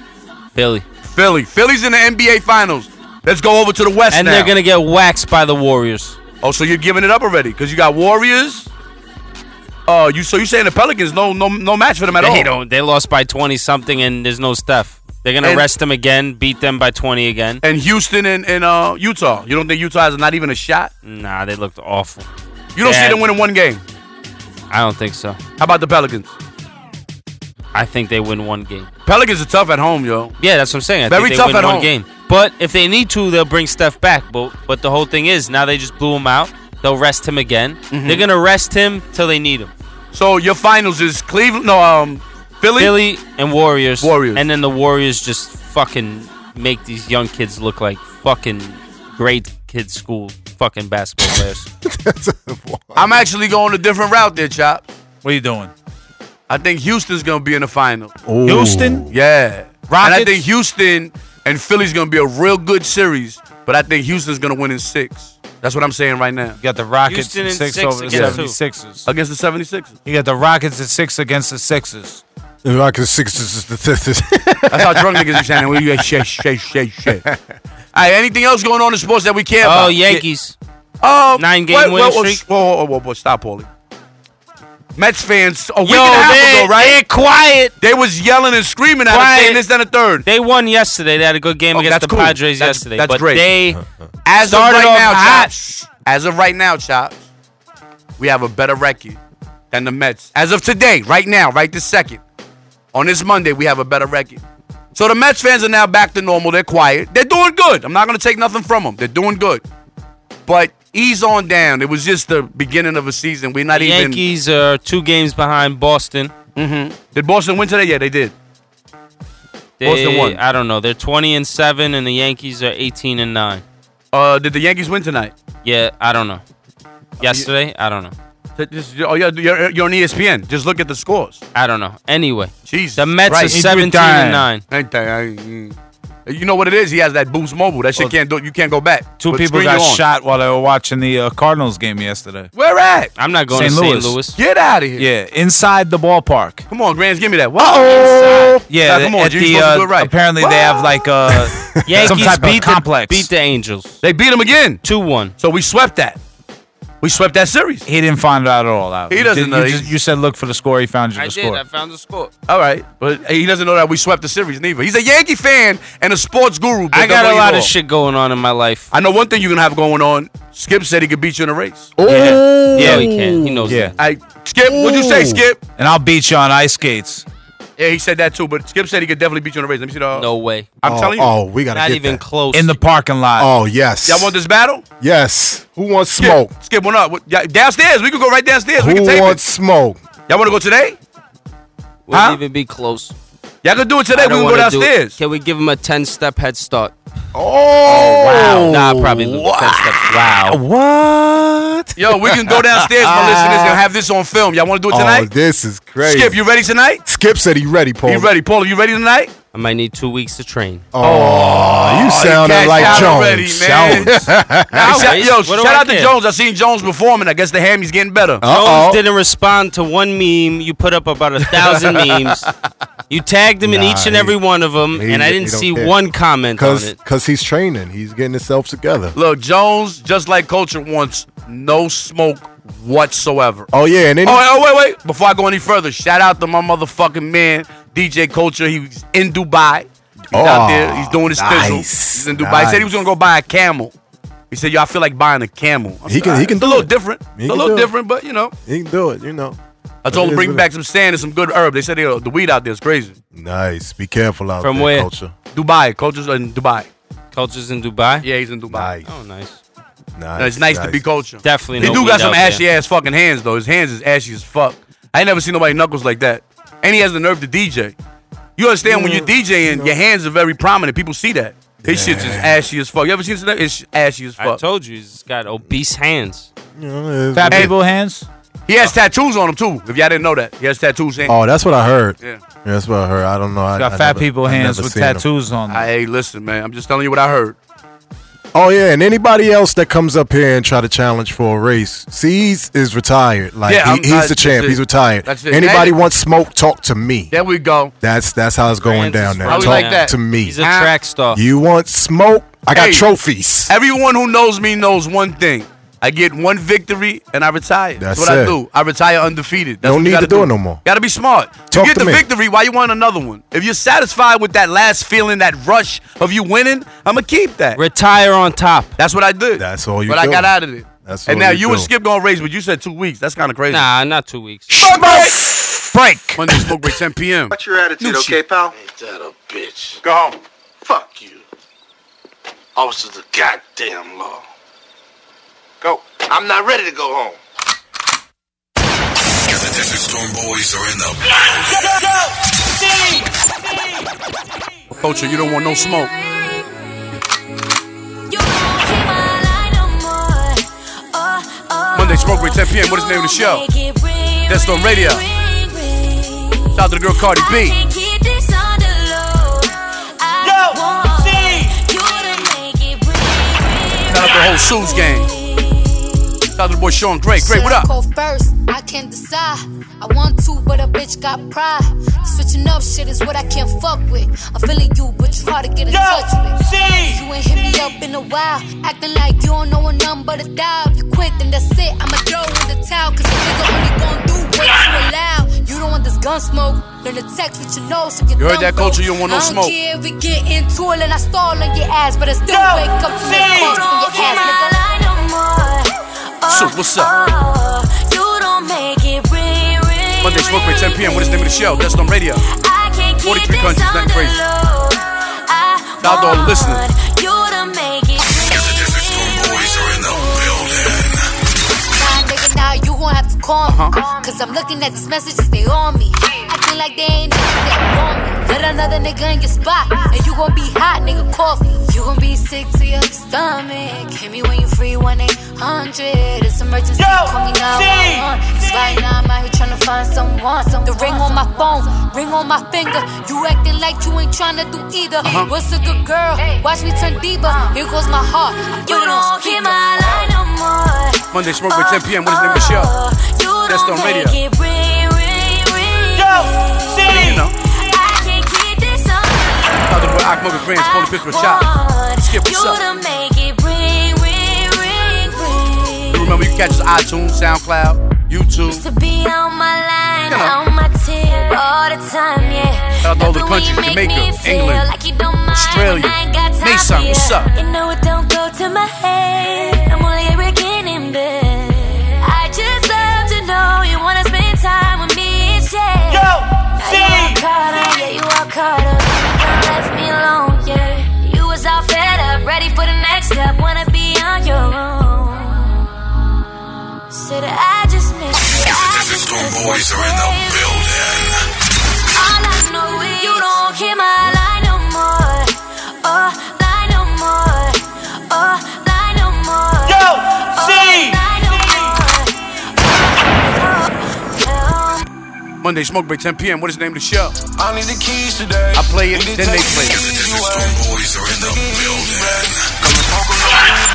Philly, Philly. Philly's in the NBA finals. Let's go over to the West and now. they're gonna get waxed by the Warriors. Oh, so you're giving it up already? Because you got Warriors. Uh, you so you saying the Pelicans no no no match for them at all? They don't. They lost by twenty something, and there's no Steph. They're gonna And- rest them again, beat them by twenty again. And Houston and, and uh Utah. You don't think Utah has not even a shot? Nah, they looked awful. You don't Yeah. see them winning one game. I don't think so. How about the Pelicans? I think they win one game. Pelicans are tough at home, yo. Yeah, that's what I'm saying. I Very think they tough win at one home. game. But if they need to, they'll bring Steph back. But but the whole thing is now they just blew him out. They'll rest him again. Mm-hmm. They're gonna rest him till they need him. So your finals is Cleveland, no um Philly. Philly and Warriors. Warriors. And then the Warriors just fucking make these young kids look like fucking great kid school fucking basketball (laughs) players. I'm actually going a different route there, Chop. What are you doing? I think Houston's gonna be in the final. Houston? Yeah. And I Rockets? think Houston and Philly's gonna be a real good series, but I think Houston's gonna win in six. That's what I'm saying right now. You got the Rockets Houston at in six, six over the against who? 76ers. Against the 76ers. You got the Rockets at six against the Sixers. Like a six is the fifth. That's how (laughs) drunk niggas be sounding. We got shit, shit, shit, shit. All right, anything else going on in sports that we care about? oh, Yankees. Oh, Nine-game wait, winning whoa, whoa, streak. sh- Whoa, whoa, whoa, whoa, stop, Paulie. Mets fans a week Yo, and a half they're, ago, right? they're quiet. They was yelling and screaming at us, Quiet. saying this and a third. They won yesterday. They had a good game Oh, against that's the cool. Padres That's- yesterday. that's but great. they As of started right off now, hot. Chops. As of right now, Chops, we have a better record than the Mets. As of today, right now, right this second, on this Monday, we have a better record. So the Mets fans are now back to normal. They're quiet. They're doing good. I'm not going to take nothing from them. They're doing good. But ease on down. It was just the beginning of a season. We're not the even. Mm-hmm. Yankees are two games behind Boston. Did Boston win today? Yeah, they did. They, Boston won. I don't know. They're twenty and seven, and the Yankees are eighteen and nine. Uh, did the Yankees win tonight? Yeah, I don't know. Uh, Yesterday, I don't know. Just, oh, you're, you're, you're on ESPN. Just look at the scores. I don't know. Anyway, Jesus, the Mets are Christ. 17 and nine. Ain't that- I- mm. You know what it is? He has that Boost Mobile. That shit can't do. You can't go back. Two But people screen got you on. shot while they were watching the uh, Cardinals game yesterday. Where at? I'm not going to St. Louis. Get out of here. Yeah, inside the ballpark. Come on, Grands, give me that. Whoa. Yeah, Nah, come on, at G, the, you supposed to uh, do it right. apparently they have like (laughs) uh, some (laughs) Yankees type beat of the- complex. beat the Angels. They beat him again. Two one. So we swept that. We swept that series. He didn't find out at all. Out. He You doesn't did- know. You, just- you said look for the score. He found you the score. found the score. All right, but he doesn't know that we swept the series neither. He's a Yankee fan and a sports guru. but I got don't a know lot you all. of shit going on in my life. I know one thing you're gonna have going on. Skip said he could beat you in a race. Yeah, yeah he can. He knows Yeah. that. I Skip, Oh. what'd you say, Skip? And I'll beat you on ice skates. Yeah, he said that too. But Skip said he could definitely beat you in a race. Let me see the. No way. I'm oh, telling you. oh, we gotta Not get even that. close. In the parking lot. Oh yes, Y'all want this battle? yes. Who wants Skip, smoke? Skip one up. What- yeah, Downstairs. We could go right downstairs. we Who can tape wants it. smoke? Y'all want to go today? Wouldn't Huh? even be close. Y'all can do it today. I We don't can go wanna do it. downstairs. Can we give him a 10 step head start? Oh, Wow. Nah, I probably lose. Wow. 10 steps. Wow. What? Yo, we can go (laughs) downstairs, my listeners, and have this on film. Y'all want to do it Oh, tonight? this is crazy. Skip, you ready tonight? Skip said he ready, Paul. You ready, Paul? You ready tonight? I might need two weeks to train. Oh, you sounded cashed like out Jones. already, man. (laughs) Jones. Now, shout- Nice. yo, What do shout I out to care? Jones. I seen Jones performing. I guess the hammy's getting better. Uh-oh. Jones didn't respond to one meme. You put up about a (laughs) thousand memes. You tagged him in Nah, each and he- every one of them, he- and I didn't he don't see care. one comment on Cause, it. cause he's training. He's getting himself together. Look, Jones, just like culture wants no smoke whatsoever. Oh yeah, and then Oh, wait, oh, wait, wait. Before I go any further, shout out to my motherfucking man, DJ Culture. He's in Dubai. He's out Oh, there. He's doing his fizzle. nice, He's in Dubai. He said he was gonna go buy a camel. He said, "Yo, I feel like buying a camel." I He can- said, he "Alright, can it's do a little it. different. He It's can a little do it. different, but you know, he can do it. You know. I told It him is bring me what it back is. some sand and some good herb. They said they, the weed out there is crazy. Nice. Be careful out From there, where? culture. Dubai, culture's in Dubai. Cultures in Dubai. Yeah, he's in Dubai. Nice. Oh, nice. Nice. No, it's nice, to be culture. Definitely He no do weed got some out there. ashy ass fucking hands though. His hands is ashy as fuck. I ain't never seen nobody knuckles like that. And he has the nerve to DJ. You understand when you're DJing, your hands are very prominent. People see that. His shit's just ashy as fuck. You ever seen that? It's ashy as I fuck. told you, he's got obese hands. You know, it's- Fat people hands. He has tattoos on him too. If y'all didn't know that, he has tattoos. And- Oh, that's what I heard. Yeah. that's what I heard. I don't know. I, Got I fat never- people I hands never with seen them. tattoos on them. I, hey, listen, man. I'm just telling you what I heard. Oh yeah, and anybody else that comes up here and try to challenge for a race, C's is retired. Like Yeah, he- I'm- he's I- the that's champ. it. He's retired. That's it. Anybody Hey. wants smoke, talk to me. There we go. That's that's how it's going Grants is down there. right Talk like that. to me. He's a track star. You want smoke? I got Hey. trophies. Everyone who knows me knows one thing. I get one victory and I retire. That's, That's what I it. do. I retire undefeated. That's No what you need gotta to do it no more. Gotta be smart. Talk you get to me. the victory, why you want another one? If you're satisfied with that last feeling, that rush of you winning, I'ma keep that. Retire on top. That's what I did. That's all you But I do. got out of it. That's and all now you you and do. Skip gonna raise, but you said two weeks. That's kind of crazy. Nah, not two weeks. Smoke break. Break. Monday smoke break 10 p.m. What's your attitude, okay, pal? Ain't that a bitch? Go home. Fuck you. Officer of the goddamn law. Go. I'm not ready to go home. The Desert Storm Boys are in the Culture, you don't want no smoke. Monday smoke break 10 p.m. What is the name of the show? That's on radio. Shout out to the girl Cardi B. Shout out to the whole Shoes gang. Shout out to the boy Sean Gray. Gray, what up? Go first, I can't decide. I want to, but a bitch got pride. Switching up shit is what I can't fuck with. I'm feeling you, but you hard to get in touch with. You ain't hit me up in a while. Acting like you don't know a number but a dial. You quit, then that's it. I'ma throw in the towel. Cause a nigga only gon' do what you allow. You don't want this gun smoke. Learn to text with your nose. So your You heard that, thumb go. culture, you don't want no I don't smoke. care if we get into it and I stall on your ass, but I still wake up to the calls from your ass, nigga. So, what's up? Monday smoke break 10 p.m. What is the name of the show? That's on radio. 43 countries, nothing crazy. Shout out to all the listeners. Nah, nigga, now you gon' have to call me. Cause I'm looking at these messages, they on me. Acting like they ain't nothing, they on me. Let another nigga in your spot, and you gon' be hot, nigga. Coffee. You gon' be sick to your stomach. Hit me when you free, one eight hundred. It's emergency. Call me now. Right now I'm out here tryna find someone. Some, the ring on my phone, ring on my finger. You acting like you ain't tryna do either. Uh-huh. What's a good girl? Watch me turn deeper. Here goes my heart. I put it on speaker. Monday smoke at 10 p.m. What is his name? Michelle. That's on radio. You know, other boy Akmo with friends, Paulie Pitts with shot. Skip what's up. You remember you can catch us iTunes, SoundCloud, YouTube. Shout out to all the countries, Jamaica, England, Australia. Mason, what's up? You know it don't go to my head. I'm only a wrecking in bed. I just love to know you wanna spend time with me instead. Yo, see. You all caught up, yeah, you all caught up. Don't left me alone, yeah. You was all fed up, ready for the next step. Wanna be on your own. Said I just miss you. I just Stone Boys are in the building. all I know is you don't hear my line no more. Oh, line no more. Oh, line no more. Yo, see. Monday smoke break 10 p.m. What is the name of the show? I need the keys today. I play it, then they play it. Stone Boys are in the building.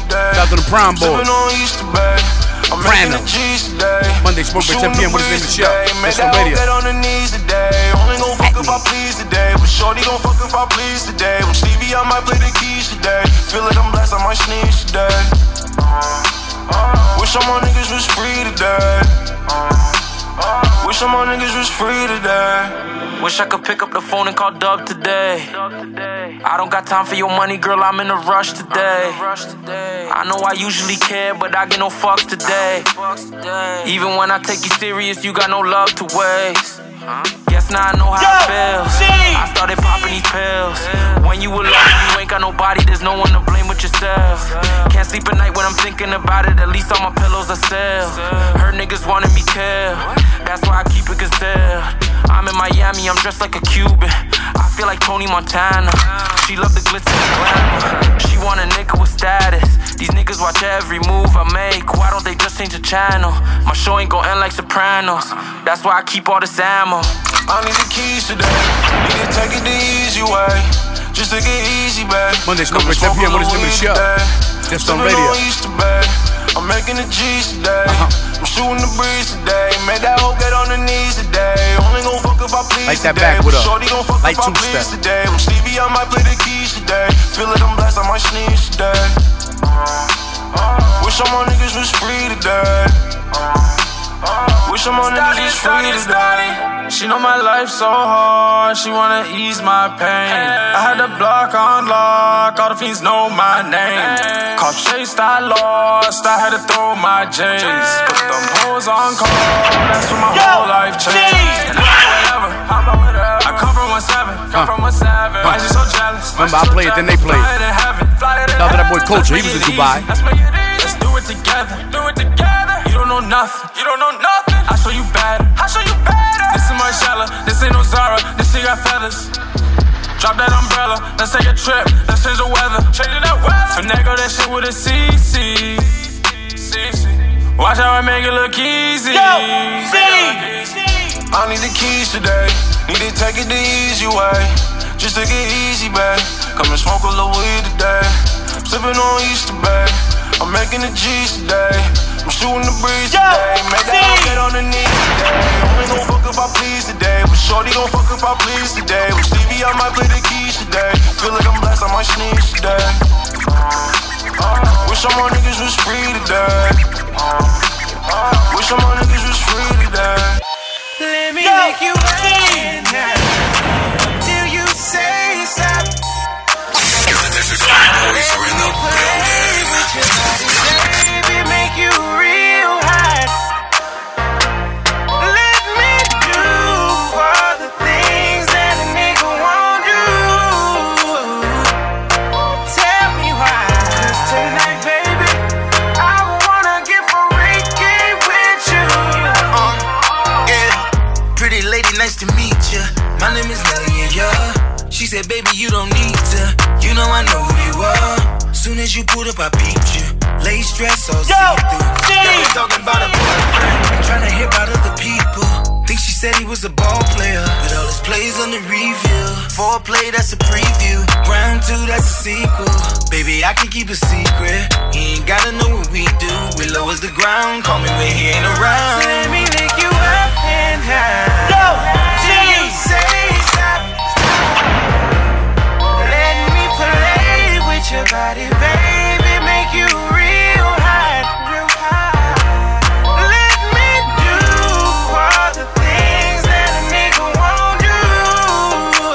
Shout out to the Prime Boys. Brandon. Monday smoke break 10 p.m. What is the name of the show? That's on radio. Get on the knees today. Only gon' fuck if I please today. But Shorty gon' fuck if I please today. With Stevie, I might play the keys today. Feel like I'm blessed, I might sneeze today. Wish all my niggas was free today. Wish all my niggas was free today. Wish I could pick up the phone and call Dub today. I don't got time for your money, girl. I'm in a rush today. I know I usually care, but I get no fucks today. Even when I take you serious, you got no love to waste. Guess now I know how it feels. I started popping these pills. When you alone, you ain't got nobody. There's no one to blame but yourself. Can't sleep at night when I'm thinking about it. At least all my pillows are still. Her niggas wanted me killed. That's why I keep it concealed. I'm in Miami. I'm dressed like a Cuban. I feel like Tony Montana. She love the glitz and the glamour. She want a nigga with status. These niggas watch every move I make. Why don't they just change the channel? My show ain't gon' end like Sopranos. That's why I keep all this ammo. I need the keys today. Need to take it the easy way. Just take it easy, babe. Monday smoke break 10 p.m. What is the name of the show? That's on Sippin' radio. on Easter, babe. I'm making the G's today. Uh-huh. I'm shooting the breeze today. Made that hoe get on her knees today. Only gon' fuck if I please Like that today. back, what But up? Shorty gon' fuck Like if I two please step. today. I'm Stevie, I might play the keys today. Feel like I'm blessed, I might sneeze today. Wish all my niggas was free today. Wish all my niggas was free today. She know my life so hard, she wanna ease my pain. I had to block on lock, all the fiends know my name. Caught chased, I lost, I had to throw my J's. Put them hoes on call, that's when my whole life changed. And I whatever, I'm about whatever. I come from one seven, come from one seven. Why she so jealous? Remember, I play it, then they play it. Shout out to that boy Culture. He was in Dubai. Let's make it easy. Let's do it together. Do it together. You don't know nothing. You don't know nothing. I show you better. I show you better. This is Marcella. This ain't no Zara. This shit got feathers. Drop that umbrella. Let's take a trip. Let's change the weather. Changing that weather. Finagle that shit with a CC. CC. Watch how I make it look easy. I need the keys today. Need to take it the easy way. Just take it easy, babe. Come and smoke a little weed today. I'm sipping on Easter, babe. I'm making the G's today. I'm shooting the breeze today. Make that hoe get on the knees today. Only gon' fuck if I please today. But Shorty gon' fuck if I please today. With Stevie, I might play the keys today. Feel like I'm blessed, I might sneeze today. Wish all my niggas was free today. Wish all my niggas was free today. Let me make you mine now. Till you say stop. Baby, make you real hot. Let me do all the things that a nigga won't do. Tell me why. 'Cause tonight, baby, I wanna get freaky with you. Uh, yeah. Pretty lady, nice to meet ya. My name is Nelly, yeah. said, baby, you don't need to. You know I know who you are. Soon as you pulled up, I peeped you. Lace dress all see through. Now we talking about a boyfriend. Trying to hit out other people. Think she said he was a ball player. With all his plays on the reveal. Foreplay, that's a preview. Round two, that's a sequel. Baby, I can keep a secret. He ain't gotta know what we do. We low as the ground. Call me when he ain't around. Let me lick you up and high. Yo, you say stop? Let me play with your body, baby. Make you real hot, real hot. Let me do all the things that a nigga won't do.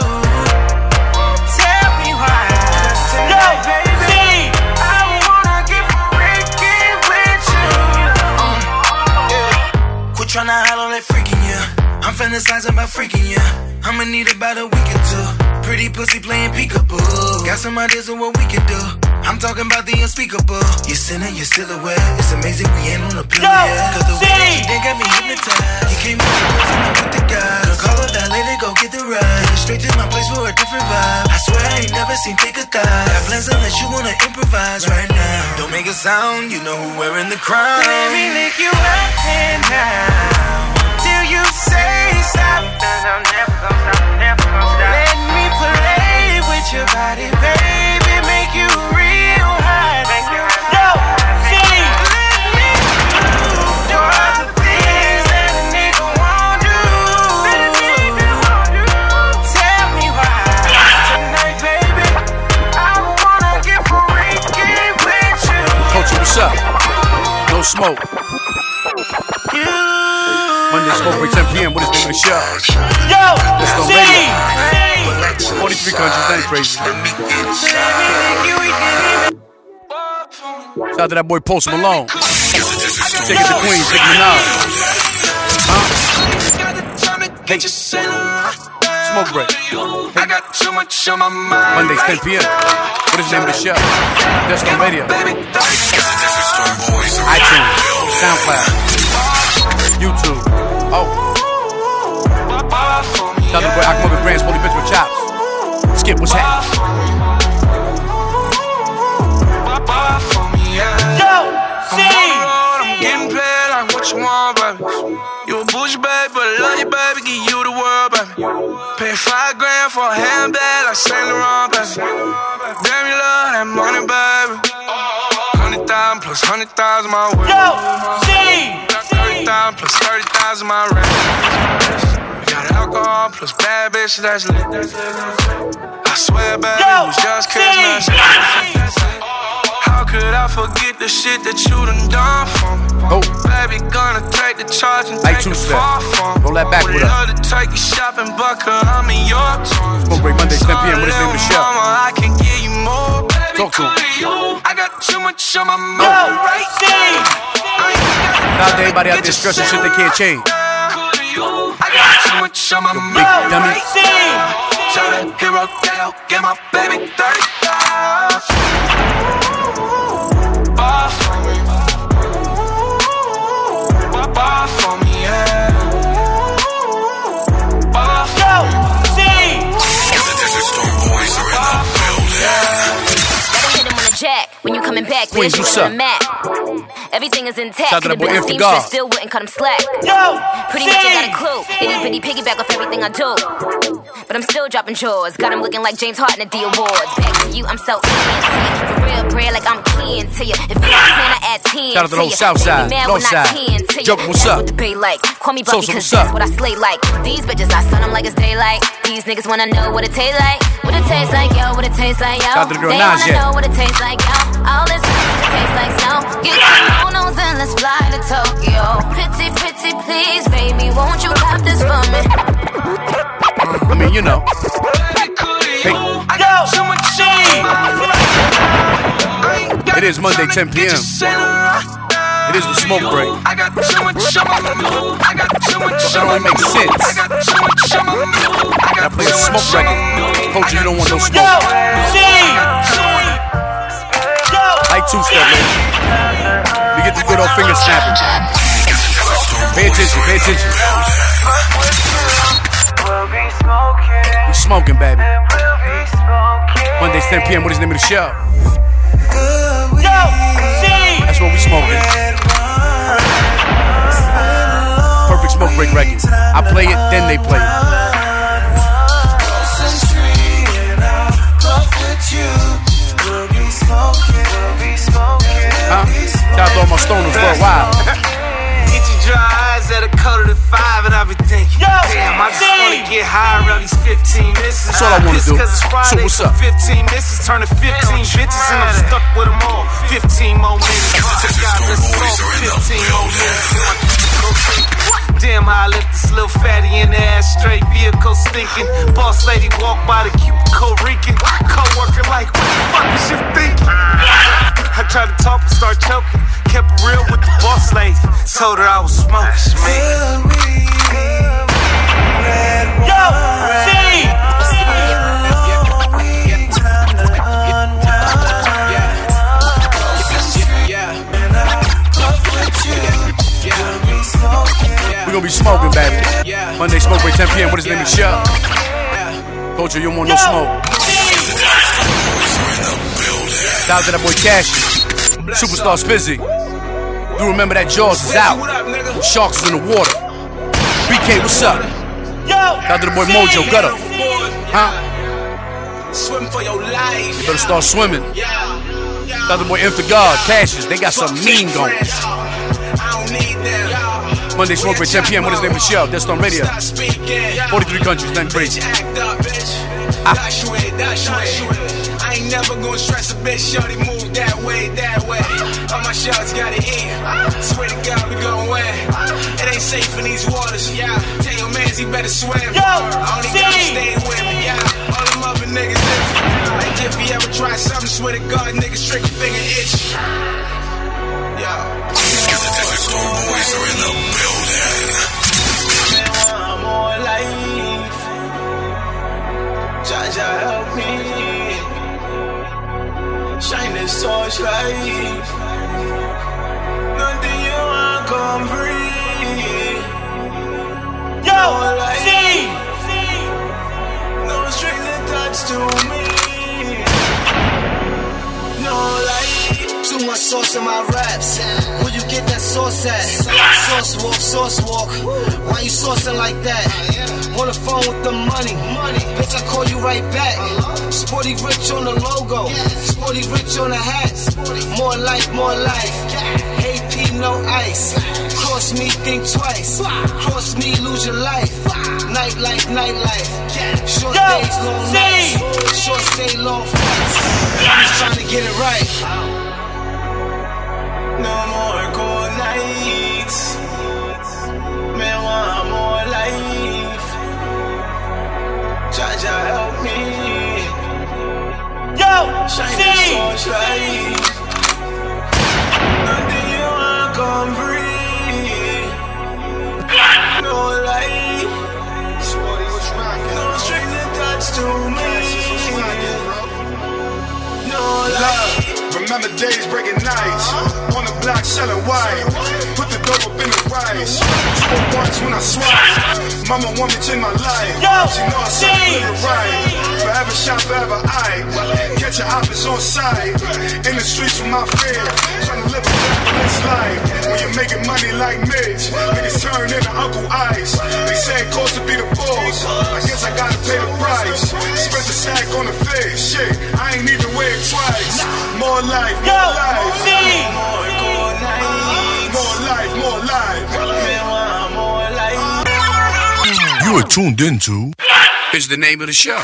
Tell me why. Just tonight, baby. I wanna get freaky with you. Mm, yeah. Quit tryna hide on that freaking you. I'm fantasizing about freaking you. I'ma need about a week or two. Pretty pussy playing peekaboo. Got some ideas of what we could do. I'm talking about the unspeakable. You're sinning, you're still aware. It's amazing we ain't on a pill yet. Cause the way that you did got me hypnotized. You came with the boots and I'm with the guys. Girl, call a valet to go get the ride. Straight to my place for a different vibe. I swear I ain't never seen thicker thighs. Got plans unless you wanna improvise right now. Don't make a sound, you know who wearing the crown. Let me lick you up and down till you say stop. I'm never gonna stop, never gonna stop. Let me play with your body, baby, make you real hot. Make you Yo, see, let me do all the things that a nigga won't do. That a nigga won't do. Tell me why tonight, baby. I wanna get freaky with you. Coach, what's up? No smoke. Monday smoke break 10 p.m. What is the name of the show? Yo, let's go radio. 43 countries, that ain't crazy. Shout out to that boy Post Malone. Take it to Queens, take me now. Hey, smoke break. I got too much on my mind. Mondays 10 p.m. What is the name of the show? That's on radio. iTunes, SoundCloud, YouTube. Oh. Shout out to the boy Akmobi Brands, Holy Bitch with Chops. Skip, what's happening? Yo, see, I'm getting paid like what you want, baby. You a bush baby, but I love you, baby. Give you the world, baby. Pay five grand for a handbag like Saint Laurent, baby. Damn, you love that money, baby. Hundred thousand plus hundred thousand my way. Yo, see, thirty thousand plus thirty thousand my rent. We Got alcohol plus bad bitch, that's lit. I swear, baby, it was just Christmas. How could I forget the shit that you done done for me? Oh. Baby, gonna take the charge and take the iTunes fall set. Roll that back Would with us. love to take you shopping, but 'cause I'm in your town. Smoke break Mondays 10 p.m. What is the name of the show? Mama, I can give you more, baby. Talk to him. could you? I got too much on my mind right now. Shout out to everybody out there stressing shit they can't change. I got too much on my mind dummy. right now. Turn a hero down, get my baby 35. Bar for me. Bar for me, yeah. Bar for Jack, when you coming back, Queens, bitch, you what's on up? the mat. Everything is intact. Shout out to Could've that boy Inf been a the seamstress, God. still wouldn't cut him slack. Pretty much I got a clue. Itty bitty piggyback off everything I do. But I'm still dropping chores. Got him looking like James Harden at the awards. Back to you, I'm so into you. For real, bread, like I'm keen to you. If you 10, I add 10. Shout out to the you. whole South They be Side, mad North when I Side. 10 to you. Joker, what's That's up? what the bay like. Call me Buffy, Sosa, cause what's up? that's what I slay like. These bitches, I son them like it's daylight. These niggas wanna know what it tastes like. What it tastes like, yo, what it tastes like, yo. Shout out to the girl they Nas, wanna yeah. know what it tastes like, yo. All this it tastes like snow. Get kimonos and let's fly to Tokyo. Pretty, pretty, please, baby, won't you pop this for me? I mean, you know. I got too much on my mind. It is Monday, 10 p.m. It is the smoke break. I got too much on my mind. I got too much on my mind. makes sense. I got too much on my mind. I I got play a smoke record. Coach, you don't want no smoke. Like two step, man. We get the good old finger snapping. Pay attention, pay attention. We smoking, baby. Mondays, 10 p.m. What is the name of the show? Yo, see. That's what we smoking. Perfect smoke break record. I play it, then they play it. Huh? Shout out to all my stoners worldwide. Get your dry eyes at a quarter to five, and I be thinking, damn, I just wanna get high around these 15 misses. That's all I wanna Pissed do. 'cause it's Friday, So what's so up? 15 misses turning 15 bitches, and I'm stuck with 'em all. 15 more minutes. Just got this smoke, 15 more minutes. Damn, how I left this little fatty in the ashtray. Vehicle stinking. Boss lady walk by the cubicle reeking. Co-worker like, what the fuck is you thinking? I tried to talk and start choking. Kept it real with the boss lady. Told her I was smoking. Yo, see. We gonna be smoking, baby. Monday smoke break 10 p.m. What is the name of the show? Told you you don't want no smoke. Shout out to that boy Cash. Superstar Spizzy. Do remember that Jaws is out. Sharks is in the water. BK, what's up? Shout out to the boy Mojo Gutter. Huh? Swim for your life. You better start swimming. Shout out to the boy If the God, Cashes. They got some mean going. Monday smoke break 10 p.m. What is the name of the show? That's on radio. 43 countries, nothing crazy. Dash way, dash way. I ain't never gonna stress a bitch, shorty move that way, that way. All my shots gotta eat. Swear to God, we gon' win. It ain't safe in these waters, yeah. Tell your mans he better swim. Yo, I only gotta stay with me, yeah. All them other niggas different. Like if he ever try something, swear to God, niggas trick your finger itch. Yeah. boys are in the building. More life. Jaja help me Shine the torch light Nothing you want come free Yo, see No strings attached to me No light Too much sauce in my raps Where you get that sauce at? Sauce walk, sauce walk Why you saucing like that? On the phone with the money, money. Bitch, I call you right back. Sporty rich on the logo, sporty rich on the hat. More life, more life. AP, no ice. Cross me, think twice. Cross me, lose your life. Night life, night life. Short days, long nights. Short stay, long flights. I'm just trying to get it right. No more cold nights. Man, want more life. Jaja help me. Yo, shine the torchlight. Nothing you want come free. No light. No strings attached to me. No light. Remember days breaking nights on the block selling white. Put the dope up in the rice. Spoke once when I swiped. Mama want me to change my life. she know I saw it right. Forever shot, forever I. Catch your opps on sight. In the streets with my fear. Tryna live a reckless life. When you're making money like Mitch, niggas turn into Uncle Ice. They say it costs to be the boss. I guess I gotta pay the price. Spread the stack on the face. Shit, I ain't even wear it twice. More life, more life. More good night. More life, more life. More life. You are tuned into Is the name of the show.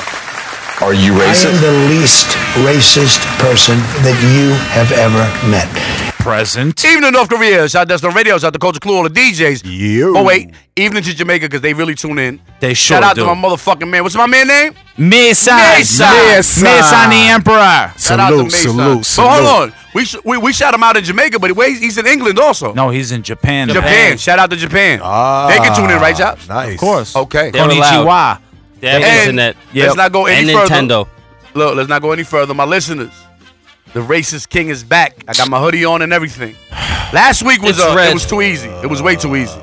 Are you I am the least racist person that you have ever met. Present. Even in North Korea. Shout out to the radios, shout out to Culture Clue, all the DJs. You. Oh, wait. Even to Jamaica, because they really tune in. They Shout sure out do. to my motherfucking man. What's my man name? Mesa. Mesa. Mesa. Mesa the Emperor. Shout out to Mesa. But hold on. We, sh- we we shout him out in Jamaica, but wait, he's in England also. No, he's in Japan. Ah. Japan. Shout out to Japan. they can tune in, right, Job? Nice. Of course. Okay. They're allowed. They have And internet. Let's Yep. not go any And further. Nintendo. Look, let's not go any further. My listeners, the racist king is back. I got my hoodie on (sighs) and everything. Last week was It's uh, red. it was too easy. It was way too easy.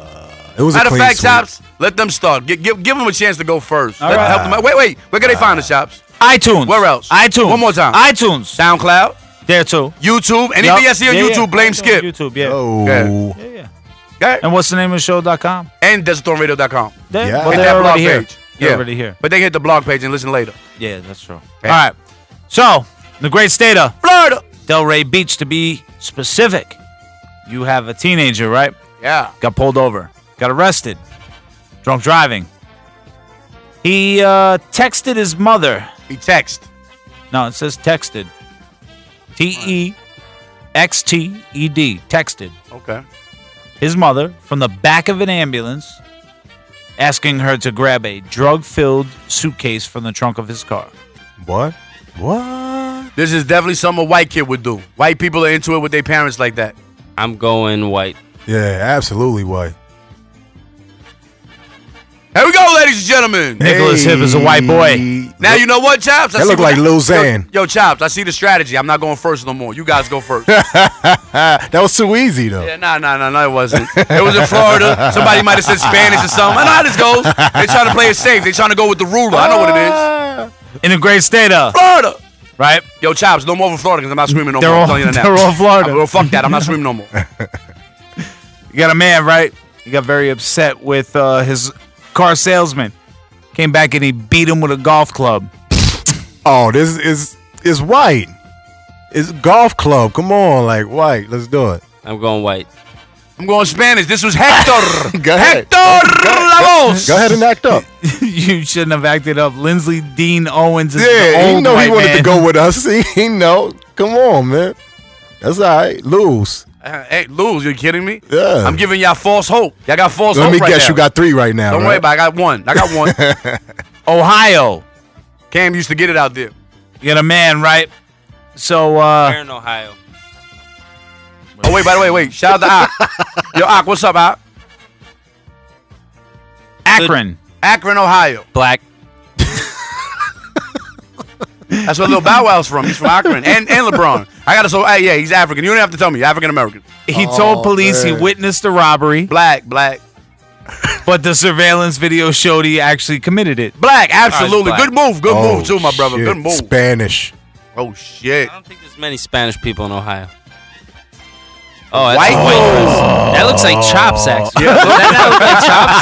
It was a Matter of clean fact, sweep. Chops, let them start. Gi- give, give them a chance to go first. All Let- right. help them out. Wait, wait. Where can they find the Chops? iTunes. Where else? iTunes. One more time. iTunes. SoundCloud. There too. YouTube. Anything I see on YouTube, blame Skip. YouTube, yeah. Oh. Yeah. Yeah, yeah. And what's the name of the show.com? And DesertThornRadio.com. They- Hit but they're that blog already here. page. They're yeah. already here. But they can hit the blog page and listen later. Yeah, that's true. Yeah. All right. So, the great state of Florida, Delray Beach to be specific. You have a teenager, right? Yeah. Got pulled over, got arrested, drunk driving. He uh, texted his mother. He texted. No, it says texted. T E X T E D. Texted Okay. his mother from the back of an ambulance, asking her to grab a drug filled suitcase from the trunk of his car. What? What? This is definitely something a white kid would do. White people are into it with their parents like that. I'm going white. Yeah, absolutely white. (laughs) Here we go, ladies and gentlemen. Nicholas Hey. Hibb is a white boy. Now you know what, Chops? That see look what- like Lil Yo- Xan. Yo, Chops, I see the strategy. I'm not going first no more. You guys go (laughs) first. that was too easy though. Yeah, nah, nah, nah, no, it wasn't. It was in Florida. Somebody might have said Spanish or something. I know how this goes. They're trying to play it safe. They're trying to go with the ruler. I know what it Uh. is. In a great state uh, of Florida. Right? Yo, Chops, no more from Florida because I'm not screaming no They're more. all- I'm telling (laughs) you that now. (laughs) they're all Florida. I'm- well, fuck that. I'm (laughs) not screaming no more. You got a man, right? He got very upset with uh, his car salesman. Came back and he beat him with a golf club. Oh, this is is white. It's golf club. Come on, like white. Let's do it. I'm going white. I'm going Spanish. This (laughs) was Hector. Go ahead. Hector Lavoz. Go ahead and act up. (laughs) you shouldn't have acted up. Lindsley Dean Owens is the Yeah, old he know he white wanted man. to go with us. (laughs) He, he know. Come on, man. That's all right. Lose. Uh, hey, lose. You kidding me? Yeah. I'm giving y'all false hope. Y'all got false Let hope. me right guess. now. You got three right now. Don't right? worry about it. I got one. I got one. (laughs) Ohio. Cam used to get it out there. You got a man, right? So uh Where in Ohio? Oh, wait, by the way, wait. Shout out to (laughs) Ak. Yo, Ak, what's up, Ak? Akron. Akron, Ohio. Black. That's where Lil Bow Wow's from. He's from Akron and, and LeBron. I gotta so hey, yeah, he's African. You don't have to tell me. African American. He Oh, told police he witnessed the robbery. Black, black. But the surveillance video showed he actually committed it. Black, absolutely. black. Good move. Good Oh, move too, my brother. shit. Good move. Spanish. oh shit. There's many Spanish people in Ohio. Oh, that's White white. people. That looks like chops, (laughs) actually. Yeah. that not look (laughs) like chops.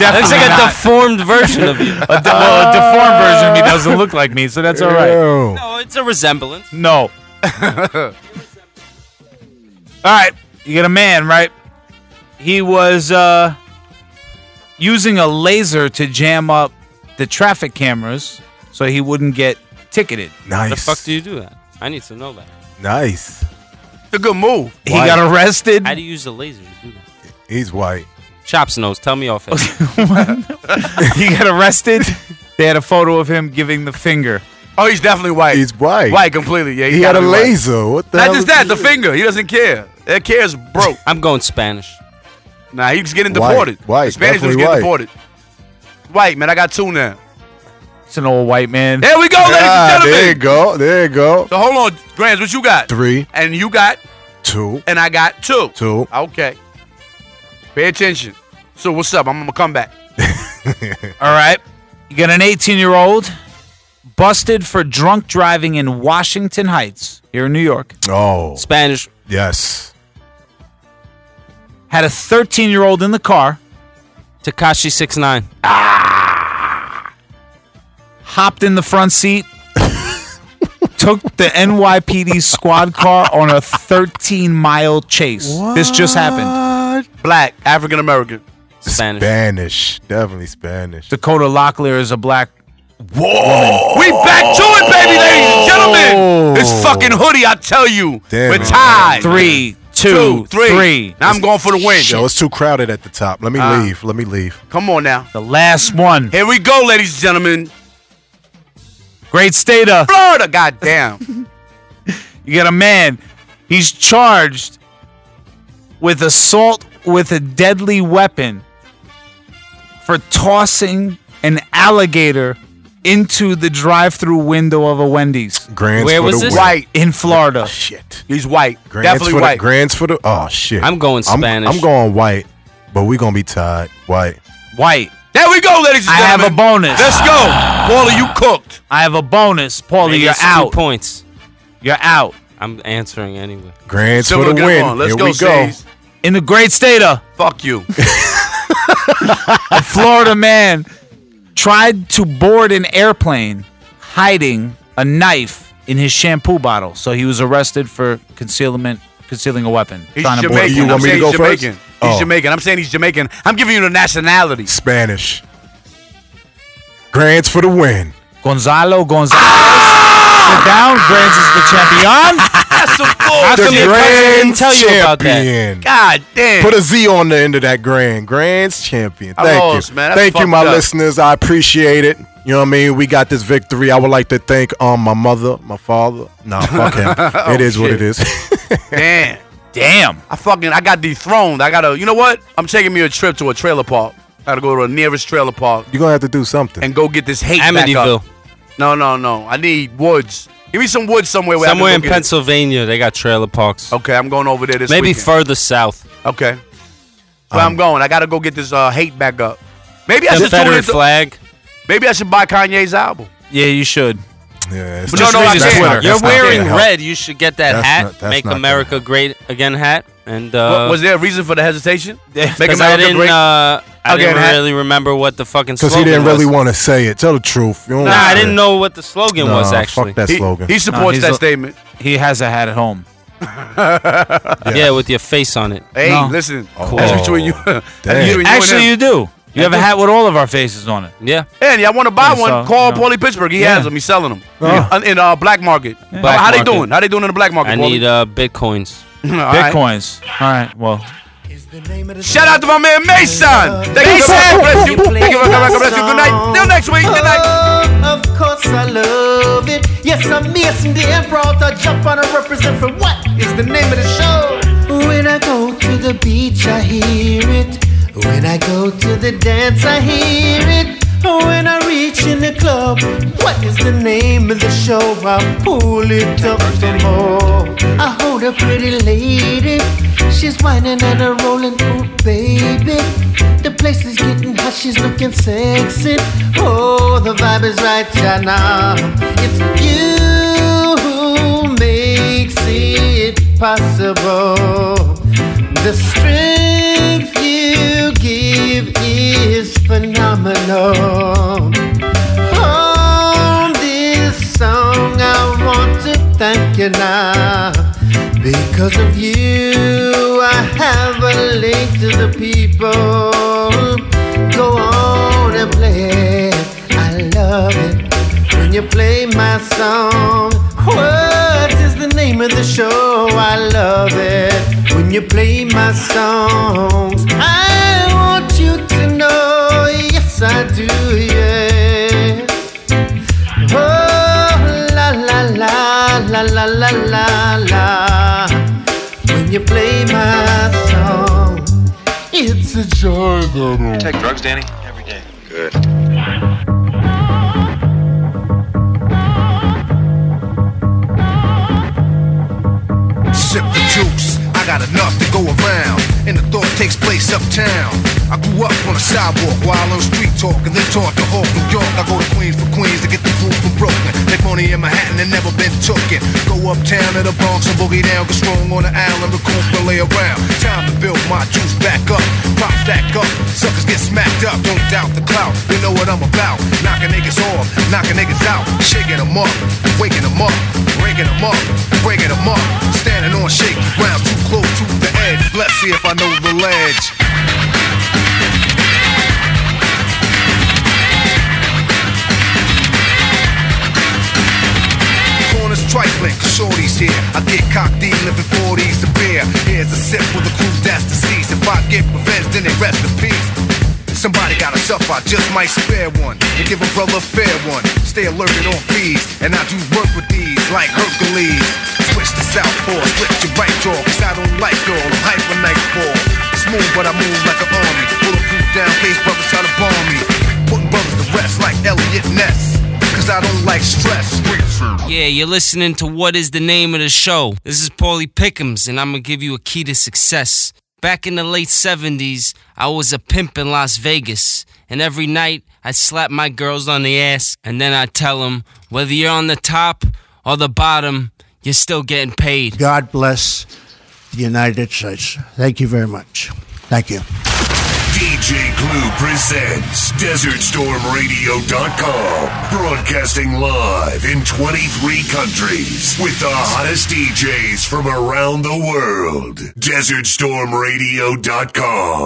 That (laughs) looks Definitely like a not. deformed version of (laughs) you. A, de- well, a deformed version of me doesn't look like me, so that's all right. Ew. No, Oh, it's a resemblance. No. (laughs) all right. You get a man, right? He was uh, using a laser to jam up the traffic cameras so he wouldn't get ticketed. How the Nice. fuck do you do that? I need to know that. Nice. It's a good move. He Why? got arrested. How do you use a laser to do that? He's white. Chops knows. Tell (laughs) me off it. (laughs) he got arrested. They had a photo of him giving the finger. Oh, he's definitely white. He's white. white completely. Yeah, he's He had a definitely white. laser. What the Not hell just is that, the this? finger. He doesn't care. That care's broke. I'm going Spanish. Nah, he's getting White, deported. white, The Spanish dude's definitely getting white. deported. White, man. I got two now. It's an old white man. There we go, ladies Ah, and gentlemen. there you go. There you go. So hold on, Grams, what you got? Three, And you got, two, and I got two. two. Okay. Pay attention. So what's up? I'm gonna come back. (laughs) All right. You got an 18 year old busted for drunk driving in Washington Heights here in New York. Oh, Spanish. yes. Had a 13 year old in the car, Takashi six nine. Ah. hopped in the (laughs) front seat, took the NYPD squad car on a 13 mile chase. This just happened. Black, African American. Spanish. Spanish. Definitely Spanish. Dakota Locklear is a black. We back to Oh. it, baby, ladies and gentlemen. This fucking hoodie, I tell you. Damn (laughs) we're it. tied. Three, Two, two, three. Now I'm going for the win. Yo, it's too crowded at the top. Let me Ah. leave. Let me leave. Come on now. The last one. Here we go, ladies and gentlemen. Great state of. Florida, goddamn. (laughs) You got a man. He's charged with assault with a deadly weapon for tossing an alligator into the drive-through window of a Wendy's Grants Where for was the this? win. white. in Florida. Shit. He's white. Grants Definitely for white. The, grants for the. Oh shit. I'm going Spanish. I'm, going white, but we gonna be tied. White. White. there we we go, ladies and I have a bonus. Let's go. Paulie, you cooked. I have a bonus. Paulie, Maybe you're it's two out. points. You're out. I'm answering anyway. Grants Silver, for the get him win. on. Let's Here go, we go. C's. In the great state of Fuck you. a Florida man tried to board an airplane hiding a knife in his shampoo bottle. So he was arrested for concealment, concealing a weapon. He's trying to board Jamaican. a I'm plane. saying he's Jamaican. He's Oh. Jamaican. I'm saying he's Jamaican. I'm giving you the nationality. Spanish. Grants for the win. Gonzalo Gonzalez. Sit down. Grants is the champion. (laughs) That's a fool. How come Oh, the your cousin grand didn't tell you about that? champion. God damn. Put a Z on the end of that grand. Grand's champion. I Thank lost, you. man. That's Thank you, fucked my up. listeners. I appreciate it. You know what I mean? We got this victory. I would like to thank um my mother, my father. Nah, fuck him. Oh, it is what shit. it is. (laughs) Damn. Damn. I fucking I got dethroned. I gotta you know what? I'm taking me a trip to a trailer park. I gotta go to the nearest trailer park You're gonna have to do something. and go get this hate back Amityville. up. No, no, no. I need woods. Give me some woods somewhere where Somewhere I can in go get it. Pennsylvania, they got trailer parks. Okay, I'm going over there this Maybe weekend. further south. Okay. Where Um, I'm going. I gotta go get this uh, hate back up. Maybe I should tune Confederate into- flag. Maybe I should buy Kanye's album. Yeah, you should. Yeah, it's But no, not- no, I that's can't. not- You're that's not wearing gonna help. red. You should get that That's hat. not- that's Make not gonna America Great Again hat. And Wa- uh, was there a reason for the (laughs) hesitation? Make because I America didn't, great? uh, I Again, didn't hat. really remember what the fucking Because slogan he didn't really was. want to say it. Tell the truth. You don't Nah, wanna I say didn't it. know what the slogan Nah, was actually. Fuck that He- slogan. He, supports he's that a- statement. He has a hat at home. Yeah, with your face on it. Hey, No. listen. Oh, That's between you. (laughs) damn. that's between and Actually, him. you do. You have a hat with all of our faces on it. Yeah, And y'all want to buy Yeah, one? so, call no. Paulie Pittsburgh. He Yeah. has them. He's selling them Oh. in, in uh, black market. Black how market. they doing? How they doing in the black market? I Paulie? need uh, bitcoins. (laughs) All right. Bitcoins. All right. Well, Shout out to my man Mason. Thank you. God bless you. Thank you. God bless you. Good night. Till next week. Good night. Oh, of course I love it. Yes, I'm Mason the Emerald. I jump on and represent for what is the name of the show. When I go to the beach, I hear it. When I go to the dance, I hear it. When I reach in the club, what is the name of the show? I pull it up some more. I hold a pretty lady. She's whining and a rolling, oh baby. The place is getting hot, she's looking sexy. Oh, the vibe is right yeah, now. It's you who makes it possible. The strength you give is phenomenal. On this song, I want to thank you now. Because of you, I have a link to the people. Go on and play it. I love it when you play my song. What is the name of the show? I love it when you play my songs. I want you to know, yes, I do, yeah. Oh, la la la la la la la la. When you play my song, it's a joy. Take drugs, Danny? Every day. Good. Sip the juice, I got enough to go around. And the thought takes place uptown. I grew up on the sidewalk while on street talk and then taught to Hawk New York. I go to Queens for Queens to get the food from Brooklyn. Make money in Manhattan and never been took it. Go uptown to the Bronx and boogie down, get strong on the island, record and lay around. Time to build my juice back up. Pop stack up, suckers get smacked up. Don't doubt the clout, you know what I'm about. Knocking niggas off, knocking niggas out. Shaking them up, waking them up, breaking them up, breaking them up. Standing on shaky ground, too close to the edge. Let's see if I know the ledge. Corners trifling, 'cause shorty's here. I get cocked in, living 40s to beer. Here's a sip for the crew that's deceased. If I get revenge, then they rest in peace. Somebody gotta suffer, I just might spare one and give a brother a fair one. Stay alert and on fees, and I do work with these like Hercules. Switch to southpaw, split your right jaw, cause I don't like y'all. I'm hyper nightfall. Smooth, but I move like an army. Bulletproof down, face brothers try to bomb me. Putting brothers to rest like Elliot Ness, cause I don't like stress. Yeah, you're listening to What is the Name of the Show? This is Paulie Pickums, and I'm going to give you a key to success. Back in the late 70s, I was a pimp in Las Vegas, and every night I'd slap my girls on the ass, and then I'd tell them whether you're on the top or the bottom, you're still getting paid. God bless the United States. Thank you very much. Thank you. DJ Clue presents DesertStormRadio.com. Broadcasting live in 23 countries with the hottest DJs from around the world. DesertStormRadio.com.